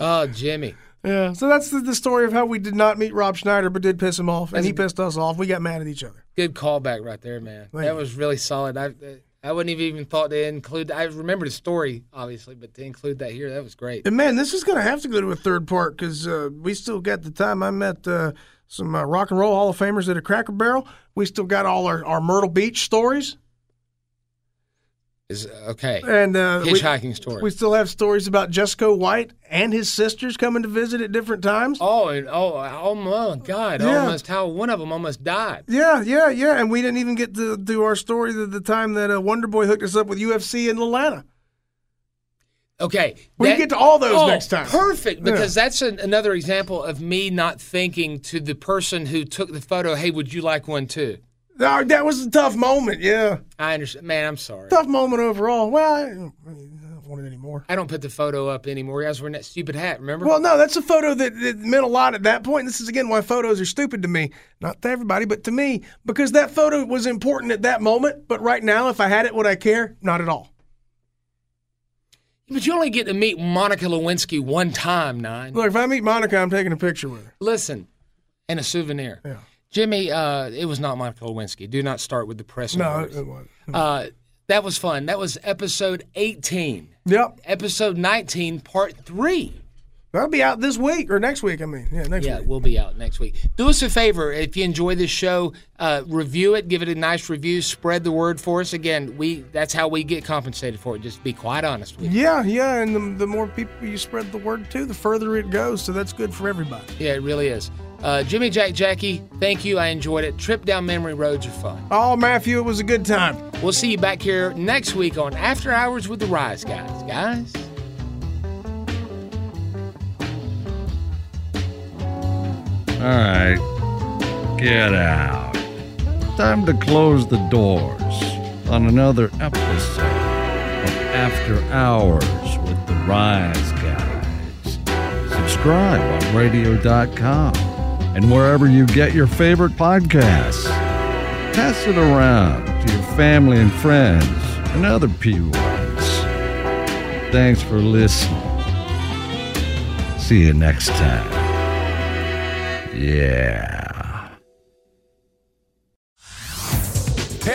Speaker 3: oh, Jimmy.
Speaker 4: So that's the, the story of how we did not meet Rob Schneider, but did piss him off, and he pissed us off. We got mad at each other.
Speaker 3: Good callback right there, man.
Speaker 4: Thank
Speaker 3: that
Speaker 4: you.
Speaker 3: was really solid. I I wouldn't have even thought to include. I remember the story, obviously, but to include that here, that was great.
Speaker 4: And man, this is gonna have to go to a third part because uh, we still got the time. I met uh, some uh, rock and roll Hall of Famers at a Cracker Barrel. We still got all our, our Myrtle Beach stories,
Speaker 3: Is okay.
Speaker 4: and uh, we,
Speaker 3: Hitchhiking story.
Speaker 4: we still have stories about Jesco White and his sisters coming to visit at different times.
Speaker 3: oh, and oh, oh my God!
Speaker 4: Yeah.
Speaker 3: Almost how one of them almost died.
Speaker 4: Yeah, yeah, yeah. And we didn't even get to do our story the, the time that uh, Wonder Boy hooked us up with UFC in Atlanta.
Speaker 3: Okay,
Speaker 4: We can get to all those
Speaker 3: oh,
Speaker 4: next time.
Speaker 3: Perfect,
Speaker 4: Yeah.
Speaker 3: because that's an, another example of me not thinking to the person who took the photo. Hey, would you like one too?
Speaker 4: That that was a tough moment, yeah.
Speaker 3: I understand, man. I'm sorry.
Speaker 4: Tough moment overall. Well, I don't, I don't want it anymore.
Speaker 3: I don't put the photo up anymore. You guys wearing that stupid hat. Remember?
Speaker 4: Well, no, that's a photo that, that meant a lot at that point. This is, again, why photos are stupid to me. Not to everybody, but to me, because that photo was important at that moment. But right now, if I had it, would I care? Not at all.
Speaker 3: But you only get to meet Monica Lewinsky one time, Nine.
Speaker 4: Look, if I meet Monica, I'm taking a picture with her.
Speaker 3: Listen, and a souvenir.
Speaker 4: Yeah.
Speaker 3: Jimmy, uh, it was not Monica Lewinsky. Do not start with the press.
Speaker 4: No,
Speaker 3: awards.
Speaker 4: it, it wasn't.
Speaker 3: Uh, that was fun. That was episode 18.
Speaker 4: Yep.
Speaker 3: Episode 19, part three.
Speaker 4: That'll be out this week or next week, I mean. Yeah, next
Speaker 3: Yeah,
Speaker 4: week.
Speaker 3: we'll be out next week. Do us a favor. If you enjoy this show, uh, review it, give it a nice review, spread the word for us. Again, we that's how we get compensated for it. Just be quite honest with you.
Speaker 4: Yeah, yeah, and the, the more people you spread the word to, the further it goes. So that's good for everybody.
Speaker 3: Yeah, it really is. Uh, Jimmy, Jack, Jackie, thank you. I enjoyed it. Trip down memory roads are fun.
Speaker 4: Oh, Matthew, it was a good time.
Speaker 3: We'll see you back here next week on After Hours with the Rise Guys. Guys.
Speaker 2: All right. Get out. Time to close the doors on another episode of After Hours with the Rise Guys. Subscribe on radio.com and wherever you get your favorite podcasts. Pass it around to your family and friends and other P1s. Thanks for listening. See you next time. Yeah.
Speaker 5: Hey